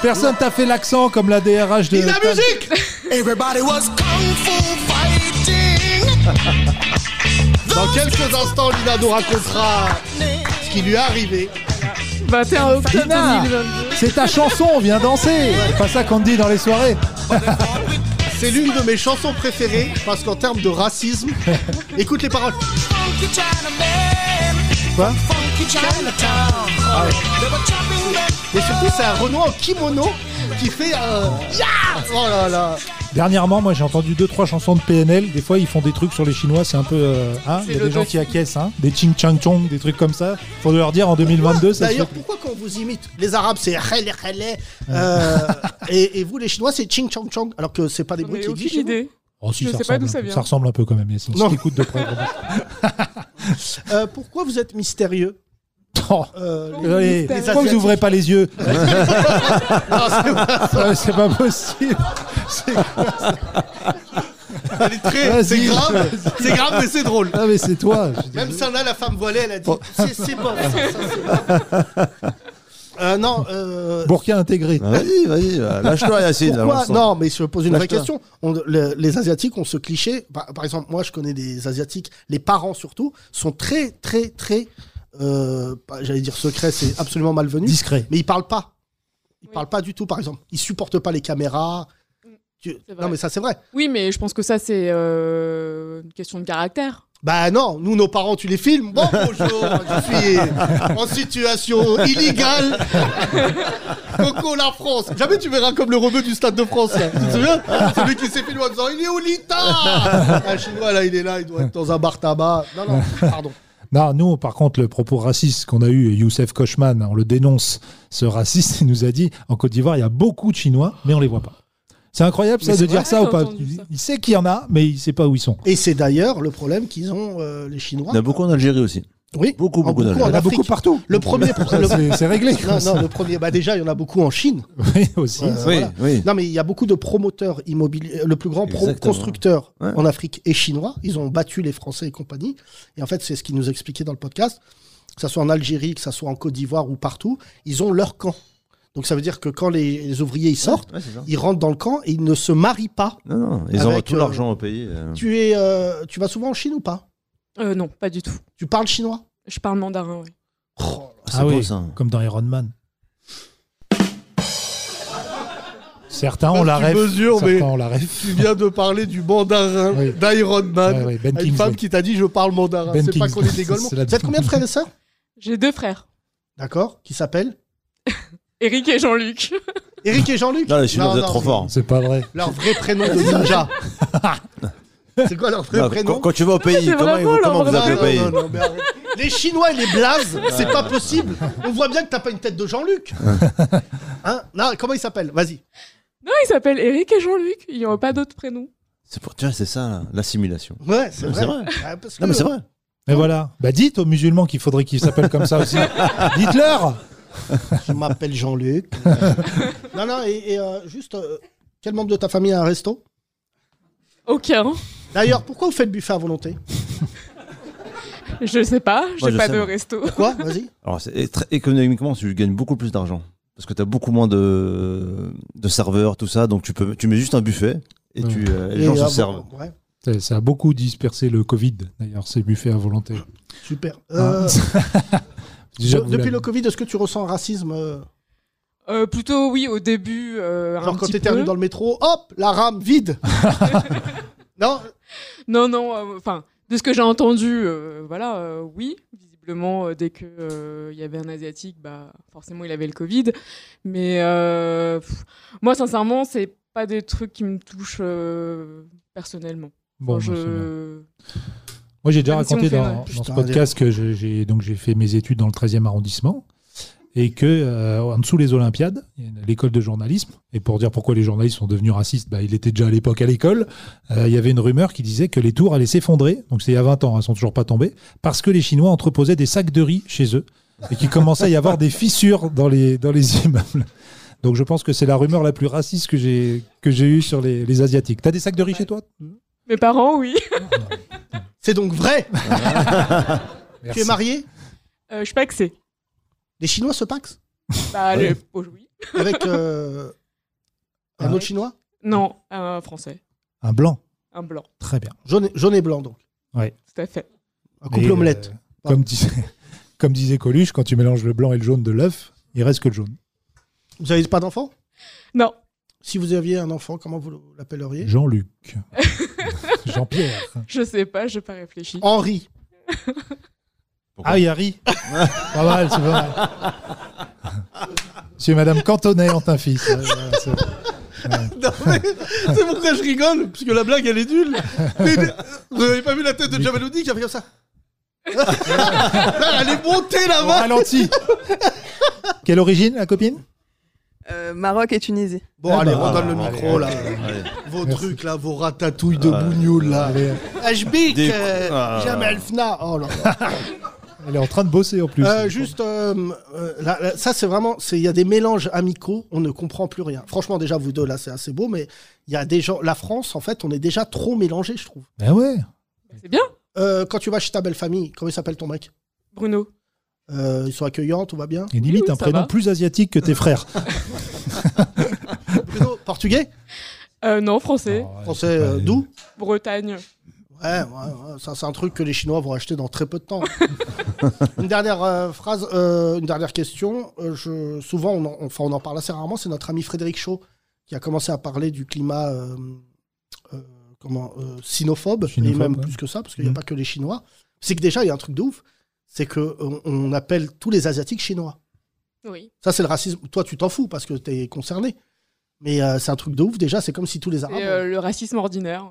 Personne t'a fait l'accent comme la DRH de. Dis la musique Everybody was kung fu fighting. Dans quelques instants, Lina nous racontera ce qui lui est arrivé. 21 octobre Tina 2022. C'est ta chanson, viens danser. C'est pas ça qu'on te dit dans les soirées. C'est l'une de mes chansons préférées parce qu'en termes de racisme, écoute les paroles. Quoi Mais Ah surtout, c'est un Renoir en kimono qui fait un. Ya Oh là là Dernièrement, moi j'ai entendu deux trois chansons de PNL. Des fois, ils font des trucs sur les Chinois, c'est un peu. euh, hein, C'est Il y a des l'auto- gens qui acquiescent, hein, des ching chang chong, des trucs comme ça. Faut leur dire en 2022, ça se D'ailleurs, fait. pourquoi quand on vous imite Les Arabes, c'est khale khale, euh, et, et vous, les Chinois, c'est ching chong chong, alors que c'est pas des J'en bruits ai qui aucune existent. idée. Oh, si, je ça sais pas ressemble d'où un ça peu. vient. Ça ressemble un peu quand même. Yassine. Si Non. t'écoutes de près. vraiment. Euh, pourquoi vous êtes mystérieux Oh, Euh, les- allez, Les pourquoi vous Asiatiques. ouvrez pas les yeux Non, c'est pas ça. Ouais, C'est pas possible. Elle est très- Vas-y. C'est grave, c'est grave, mais c'est drôle. Ah mais c'est toi. je Oh. suis Même désolé. celle-là, la femme voilée, elle a dit c'est c'est bon, ça, ça, c'est bon. Euh, non, euh, Burqa intégré. Ah, Vas-y, vas-y, bah, lâche-toi, Yacine. pourquoi alors, Non, mais je pose une vraie Lâche-toi. question. On- le- les Asiatiques ont ce cliché. Par, par exemple, moi, je connais des Asiatiques, les parents surtout, sont très, très, très. euh, bah, J'allais dire secret, c'est absolument malvenu. Discret. Mais ils parlent pas. Ils Oui. Mm. parlent pas du tout, par exemple. Ils supportent pas les caméras. Tu- c'est vrai. Non, mais ça, c'est vrai. Oui, mais je pense que ça, c'est euh, une question de caractère. Bah non, nous, nos parents, tu les filmes. Bon, bonjour, je suis en situation illégale. Coco, la France. Jamais tu verras comme le rebeu du Stade de France, là. Tu te souviens Celui qui s'est filmé en disant Il est où l'Ita Un chinois, là, il est là, il doit être dans un bar tabac. Non, non, pardon. Non, nous, par contre, le propos raciste qu'on a eu, Youssef Kochman, on le dénonce, ce raciste, il nous a dit en Côte d'Ivoire, il y a beaucoup de Chinois, mais on les voit pas. C'est incroyable, ça, Mais de c'est dire vrai, ça ou j'ai pas entendu ça. Il sait qu'il y en a, mais il sait pas où ils sont. Et c'est d'ailleurs le problème qu'ils ont, euh, les Chinois. Il y en a beaucoup en Algérie aussi. Oui, beaucoup, en beaucoup beaucoup dans en le- Il y en a beaucoup Afrique. partout. Le premier. Ça, c'est- c'est réglé. comme Non, ça. non, le premier. Bah déjà, il y en a beaucoup en Chine. Oui, aussi. Ouais. Oui, Voilà. oui. Non, mais il y a beaucoup de promoteurs immobiliers. euh, Le plus grand pro- Exactement. constructeur Ouais. en Afrique est chinois. Ils ont battu les Français et compagnie. Et en fait, c'est ce qu'ils nous expliquaient dans le podcast. Que ce soit en Algérie, que ce soit en Côte d'Ivoire ou partout, ils ont leur camp. Donc ça veut dire que quand les, les ouvriers ils sortent, Ouais, c'est ça. ils rentrent dans le camp et ils ne se marient pas. Non, non, ils Avec, ont tout euh, l'argent au pays. Hein. euh. Tu, es, euh, tu vas souvent en Chine ou pas Euh, non, pas du tout. Tu parles chinois Je parle mandarin, oui. Oh, C'est ah beau, oui, ça. comme dans Iron Man. Certains ont Parce Ah, la que tu ref. mesures, mais Certains ont la ref. Tu viens de parler du mandarin d'Iron Man. Ouais, ouais, Ben à une Kingsley. femme qui t'a dit je parle mandarin. Ben Ah, C'est pas qu'on est Kingsley, des Gaulemans. c'est la- Vous êtes combien de frères et sœurs J'ai deux frères, D'accord. Qui s'appellent Eric et Jean-Luc. Eric et Jean-Luc Non, les Chinois, Non, vous êtes non, trop c'est- forts. C'est pas vrai. Leur vrai prénom de ninja. C'est quoi leur vrai Non, prénom quand- quand tu vas au pays, C'est comment vraiment ils vont- comment leur vous vrai appelez au pays Non, non, non, mais arrête. Les Chinois et les blazes, c'est Ouais. pas possible. On voit bien que t'as pas une tête de Jean-Luc. Hein non, comment il s'appelle Vas-y. Non, ils s'appellent Eric et Jean-Luc. Il n'y aura pas d'autres prénoms. C'est pour- Tu vois, c'est ça, là, l'assimilation. Ouais, c'est Non, vrai. vrai. Ah, parce Non, que- mais c'est vrai. Mais voilà. Bah dites aux musulmans qu'il faudrait qu'ils s'appellent comme ça aussi. Dites-leur Je m'appelle Jean-Luc. Non, non, et, et, euh, juste, euh, quel membre de ta famille a un resto Aucun. D'ailleurs, pourquoi vous faites buffet à volonté Je sais pas, Moi, j'ai je pas sais, de moi. resto. Quoi Vas-y. Alors, c'est- et très- économiquement, tu gagnes beaucoup plus d'argent. Parce que tu as beaucoup moins de, de serveurs, tout ça. Donc, tu, peux, tu mets juste un buffet et, tu, euh, et les gens se servent. Ça- Ça a beaucoup dispersé le Covid, d'ailleurs, ces buffets à volonté. Super. Hein Euh, Déjà de- que vous depuis l'avez. le Covid, est-ce que tu ressens un racisme euh, Euh, plutôt, oui, au début. euh, un Genre quand petit t'es terminé peu. dans le métro, hop, la rame vide. non Non, non, euh, enfin, de ce que j'ai entendu, euh, voilà, euh, oui, visiblement, euh, dès qu'il il y avait un Asiatique, bah, forcément, il avait le Covid. Mais euh, pff, moi, sincèrement, c'est pas des trucs qui me touchent euh, personnellement. Bon, Enfin, bah, je... Moi, j'ai déjà Même si on raconté fait dans, mal. dans Putain, ce podcast allez. que j'ai- j'ai donc j'ai fait mes études dans le 13e arrondissement et que euh, en dessous les Olympiades, il y a l'école de journalisme. Et pour dire pourquoi les journalistes sont devenus racistes, bah, il était déjà à l'époque à l'école. Euh, il y avait une rumeur qui disait que les tours allaient s'effondrer. Donc c'est il y a 20 ans, hein, elles sont toujours pas tombées parce que les Chinois entreposaient des sacs de riz chez eux et qu'il commençait à y avoir des fissures dans les dans les immeubles. Donc je pense que c'est la rumeur la plus raciste que j'ai que j'ai eue sur les, les asiatiques. T'as des sacs de riz chez toi Mes parents, oui. C'est donc vrai Tu es Merci. marié Euh, je suis paxée. Les Chinois se paxent Bah, Ouais. le- oh, oui. Avec euh, un autre Chinois Non, un Français, Un blanc. un blanc, Très bien. Jaune et, jaune et blanc, donc. Ouais. tout à fait. Un couple Et, omelette. euh, comme, disait, comme disait Coluche, quand tu mélanges le blanc et le jaune de l'œuf, il reste que le jaune. Vous n'avez pas d'enfant Non. Si vous aviez un enfant, comment vous l'appelleriez Jean-Luc. Jean-Pierre. Je sais pas, j'ai pas réfléchi. Henri. ah, il y a ri. pas mal, c'est pas mal. Monsieur et Madame Cantonnet ont un fils. Ouais, ouais, c'est- Non, mais c'est pourquoi je rigole, parce que la blague elle est nulle. Mais, mais, vous n'avez pas vu la tête de Javaloudi qui a fait comme ça Là, Elle est montée Au là-bas ralenti. Quelle origine, la copine Ah bah, Euh, Maroc et Tunisie. Eh Bon, allez, redonne le micro là. Vos trucs là, vos ratatouilles Ah, de bougnoul là. HB, Des- euh, Ah. Jamal Fna. Oh là là. Elle est en train de bosser en plus. Euh, juste, euh, euh, là, là, ça c'est vraiment, c'est- il y a des mélanges amicaux, on ne comprend plus rien. Franchement, déjà vous deux là, c'est assez beau, mais il y a des gens, la France en fait, on est déjà trop mélangés, je trouve. Euh, Ben ouais. C'est bien. quand tu vas chez ta belle famille, comment il s'appelle ton mec Euh, Bruno. ils sont accueillants, tout va bien. Et limite, un prénom plus asiatique que tes frères. Bruno, portugais Euh, non, français. Français euh, d'où Bretagne. Ouais, ouais, ouais, ça c'est un truc que les Chinois vont acheter dans très peu de temps. une dernière euh, phrase, euh, une dernière question. Euh, je, souvent, on en, enfin, on en parle assez rarement. C'est notre ami Frédéric Chaud qui a commencé à parler du climat euh, euh, comment, euh, sinophobe, Sinophobe, et même ouais. plus que ça, parce qu'il n'y Mhm. a pas que les Chinois. C'est que déjà, il y a un truc de ouf, c'est que euh, on, on appelle tous les Asiatiques chinois. Oui. Ça, c'est le racisme. Toi, tu t'en fous parce que tu es concerné. Mais euh, c'est un truc de ouf déjà, c'est comme si tous les Arabes. Et euh, le racisme ordinaire.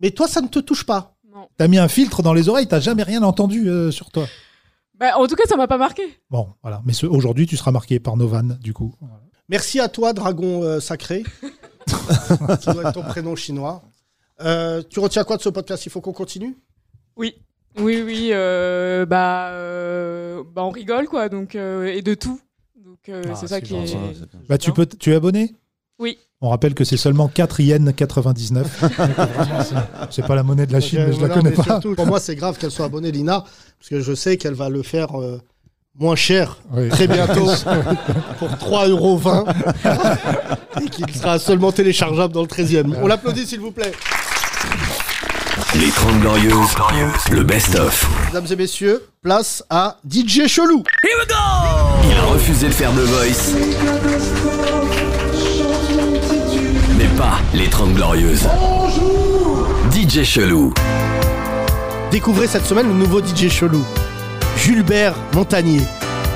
Mais toi, ça ne te touche pas. T'as mis un filtre dans les oreilles, t'as jamais rien entendu euh, sur toi. Bah, en tout cas, ça m'a pas marqué. Bon, voilà. Mais ce- aujourd'hui, tu seras marqué par nos vannes, du coup. Merci à toi, dragon euh, sacré. Ça doit être ton prénom chinois. Euh, tu retiens quoi de ce podcast Il faut qu'on continue Oui. Oui, oui. euh, bah, euh, bah, on rigole, quoi. Donc, euh, et de tout. Donc, euh, c'est ça qui est. Bah, tu, peux, tu es abonné Oui. On rappelle que c'est seulement 4 yens 99. Donc, vraiment, c'est- c'est pas la monnaie de la Chine, Euh, mais je la voilà, connais mais pas. surtout, pour moi, c'est grave qu'elle soit abonnée, Lina, parce que je sais qu'elle va le faire euh, moins cher Oui. très bientôt pour 3,20€ et qu'il sera seulement téléchargeable dans le 13e. On l'applaudit, s'il vous plaît. Les 30 Glorieuses, le best-of. Mesdames et messieurs, place à DJ Chelou. Il a refusé de faire de voice. Les 30 Glorieuses. DJ Chelou. Découvrez cette semaine le nouveau DJ chelou, Gilbert Montagnier.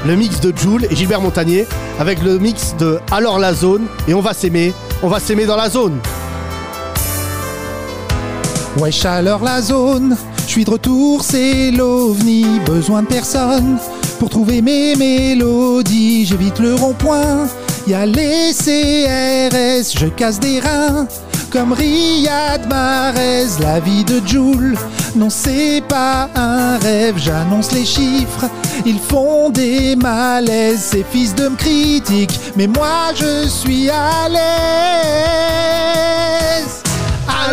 Le mix de Jules et Gilbert Montagnier avec le mix de Alors la zone et on va s'aimer, on va s'aimer dans la zone. Wesh alors la zone, je suis de retour, c'est l'ovni, besoin de personne. Pour trouver mes mélodies, j'évite le rond-point. Y a les CRS, je casse des reins. Comme Riyad Mahrez, la vie de Joule. Non, c'est pas un rêve, j'annonce les chiffres. Ils font des malaises, ces fils de me critiquent. Mais moi, je suis à l'aise.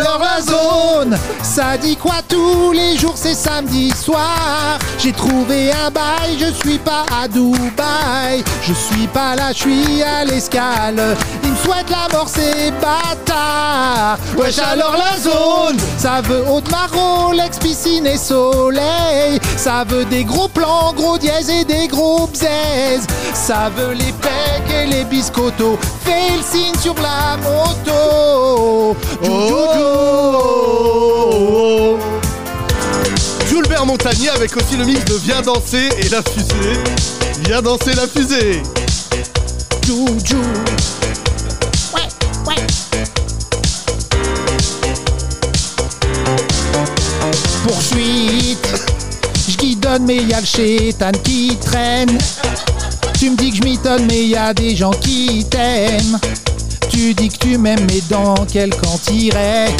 Alors la zone, ça dit quoi tous les jours c'est samedi soir J'ai trouvé un bail, je suis pas à Dubaï Je suis pas là, je suis à l'escale Ils me souhaitent la mort ces bâtards Wesh alors la zone, ça veut haute marron, l'ex-piscine et soleil Ça veut des gros plans, gros dièse et des gros bzaises Ça veut les pecs et les biscottos Fais le signe sur la moto Doudou. Gilbert Montagnier avec aussi le mix de Viens danser et la fusée. Viens danser la fusée. Joujou. Poursuite, je guidonne mais y a le chétan qui traîne. Tu me dis que je m'étonne mais y a des gens qui t'aiment. Tu dis que tu m'aimes mais dans quel camp t'irais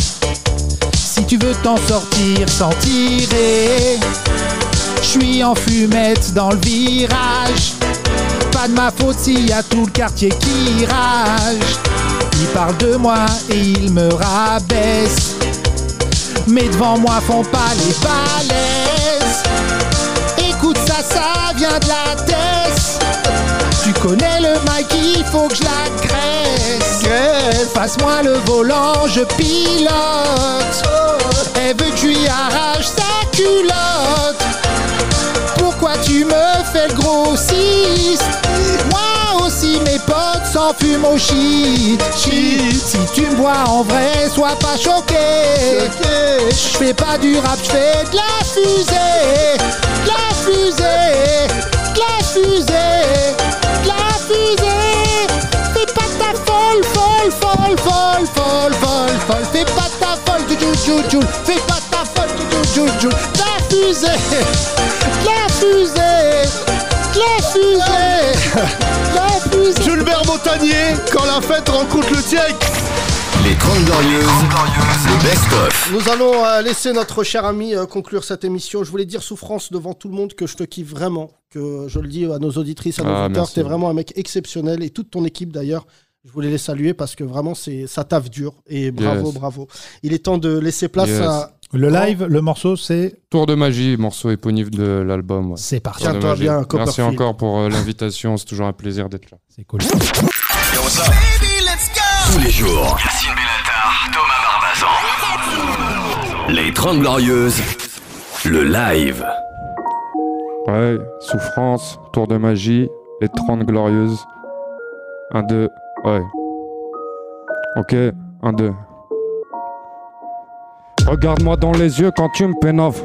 Si tu veux t'en sortir sans tirer, je suis en fumette dans le virage. Pas de ma faute s'il y a tout le quartier qui rage. Ils parlent de moi et ils me rabaissent. Mais devant moi font pas les balaises. Écoute ça, ça vient de la tête. Tu connais le mic, il faut que je la graisse. Passe-moi le volant, je pilote. Elle veut que je lui arrache sa culotte. Pourquoi tu me fais le grossiste Moi aussi mes potes s'en fument au shit. Shit. Si tu me vois en vrai, sois pas choqué. Je fais pas du rap, je fais de la fusée. De la fusée. De la fusée. De la fusée. Fais pas ta folle, folle, folle, folle, folle, folle, folle. Fais pas ta folle, tu Fais pas ta folle, tu La fusée, la fusée, la fusée, la fusée. Gilbert Montagnier, quand la fête rencontre le siècle. Les 30 Glorieuses. Le best-of. Nous allons euh, laisser notre cher ami euh, conclure cette émission. Je voulais dire souffrance devant tout le monde que je te kiffe vraiment, que je le dis à nos auditrices, à nos Ah, auditeurs, merci. t'es vraiment un mec exceptionnel et toute ton équipe d'ailleurs. Je voulais les saluer parce que vraiment c'est ça taffe dur et bravo Yes. bravo. Il est temps de laisser place Yes. à Le live, le morceau, c'est Tour de magie, morceau éponyme de l'album. ouais. C'est parti. Tour de Tiens-toi magie. bien, Merci Copperfield. encore pour euh, l'invitation, c'est toujours un plaisir d'être là. C'est cool. Tous les jours, Yacine Bellatar, Thomas Barbazan. Les 30 Glorieuses, le live. Ouais, souffrance, tour de magie, les 30 glorieuses. 1, 2, ouais. Ok, 1, 2. Regarde-moi dans les yeux quand tu me pénaves.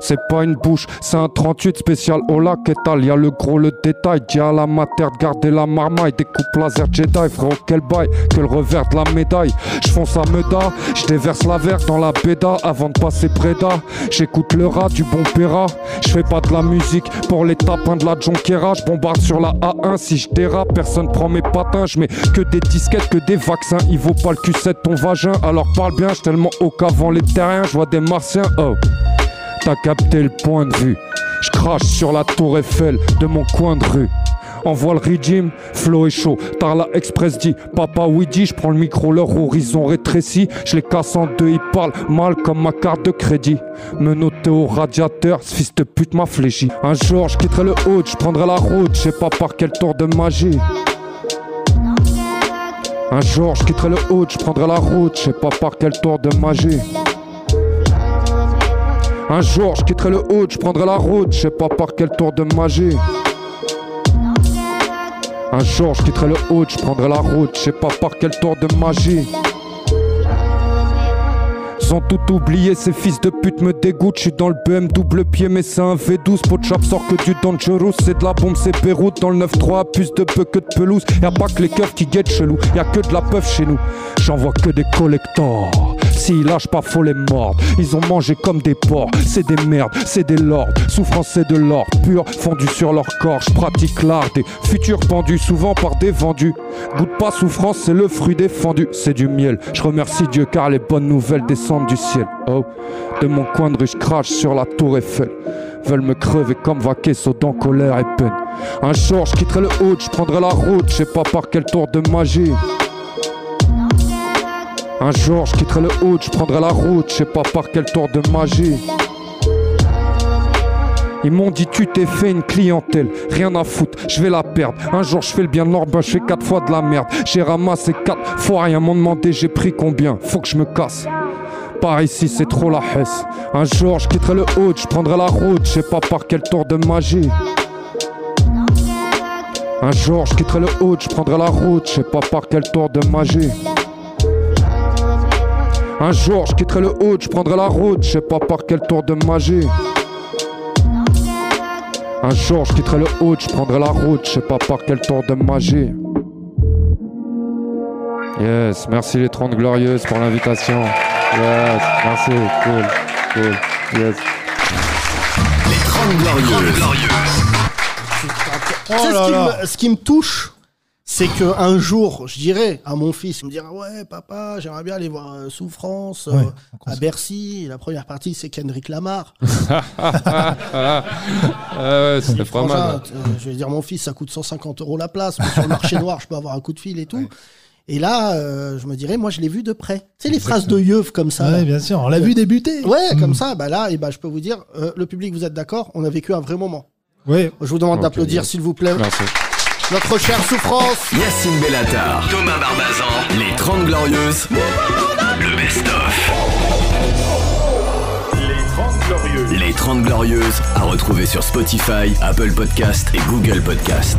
C'est pas une bouche, c'est un 38 spécial au lac étal. Y'a le gros, le détail. Dis à la mater de garder la marmaille. Découpe laser Jedi, frérot, quel bail. Que le revers de la médaille. J'fonce à Meda, j'déverse la verre dans la béda avant de passer Preda. J'écoute le rat du bon Péra. J'fais pas de la musique pour les tapins de la Jonquera. J'bombarde sur la A1 si j'dérape. Personne prend mes patins. J'mets que des disquettes, que des vaccins. Il vaut pas le Q7 ton vagin. Alors parle bien, j'tellement au qu'avant les terriens. J'vois des martiens, oh. T'as capté le point de vue. Je crache sur la tour Eiffel de mon coin de rue. Envoie le régime, flow est chaud. Tarla Express dit Papa Ouidi, je prends le micro, leur horizon rétrécit. Je les casse en deux, ils parlent mal comme ma carte de crédit. Me noter au radiateur, ce fils de pute m'a fléchi. Un jour, je quitterai le haut, je prendrai la route, je sais pas par quel tour de magie. Un jour, je quitterai le haut, je prendrai la route, je sais pas par quel tour de magie. Un jour, je quitterai le haut, je prendrai la route, je sais pas par quel tour de magie. Un jour, je quitterai le haut, je prendrai la route, je sais pas par quel tour de magie. Ils ont tout oublié, ces fils de pute me dégoûtent. Je suis dans le BM double pied, mais c'est un V12. Potchap sort que du dangerous. C'est de la bombe, c'est Beyrouth. Dans le 9-3, plus de peu que de pelouse. Y'a pas que les keufs qui guettent chelou. Y'a que de la peuf chez nous. J'envoie que des collectors. S'ils lâchent pas, faut les mordre. Ils ont mangé comme des porcs. C'est des merdes, c'est des lords. Souffrance, c'est de l'or pur. Fondu sur leur corps, je pratique l'art des futurs pendus, souvent par des vendus. Goûte pas souffrance, c'est le fruit défendu. C'est du miel. Je remercie Dieu car les bonnes nouvelles descendent du ciel. Oh, de mon coin de rue, je crache sur la tour Eiffel. Veulent me crever comme vaquer, sautant colère et peine. Un jour, je quitterai le haut, je prendrai la route, je sais pas par quel tour de magie. Un jour, je quitterai le haut, je prendrai la route, je sais pas par quel tour de magie. Ils m'ont dit tu t'es fait une clientèle, rien à foutre, je vais la perdre. Un jour je fais le bien normal, je fais quatre fois de la merde. J'ai ramassé quatre fois, rien m'ont demandé, j'ai pris combien, faut que je me casse. Par ici c'est trop la hesse. Un jour je quitterai le haut, je prendrai la route, je sais pas par quel tour de magie. Un jour je quitterai le haut, je prendrai la route, je sais pas par quel tour de magie. Un jour je quitterai le haut, je prendrai la route, je sais pas par quel tour de magie. Un jour je quitterai le haut, je prendrai la route, je sais pas par quel tour de magie. Yes, merci les 30 glorieuses pour l'invitation. Yes, merci, cool, cool, yes. Les 30 Glorieuses. Tu Oh sais, ce, qui me, ce qui me touche, c'est que un jour, je dirais à mon fils, il me dira ouais papa, j'aimerais bien aller voir euh, Souffrance euh, Ouais, à Bercy. La première partie, c'est Kendrick Lamar. ah ouais, c'était pas Frangin, mal. t- euh, je vais dire, mon fils, ça coûte 150 euros la place, mais sur le marché noir, je peux avoir un coup de fil et tout. Et là, euh, je me dirais, moi, je l'ai vu de près. Tu sais, les phrases de Yeuve comme ça. Ouais, là. Euh, bien sûr, on l'a vu débuter. Ouais, Mm. comme ça, bah là, et bah, je peux vous dire, euh, le public, vous êtes d'accord, on a vécu un vrai moment. Ouais. Je vous demande Ok, d'applaudir, yes. s'il vous plaît. Merci. Notre chère souffrance. Yacine Bellatar, Thomas Barbazan, les 30 Glorieuses, le best-of. Les 30 Glorieuses, à retrouver sur Spotify, Apple Podcast et Google Podcast.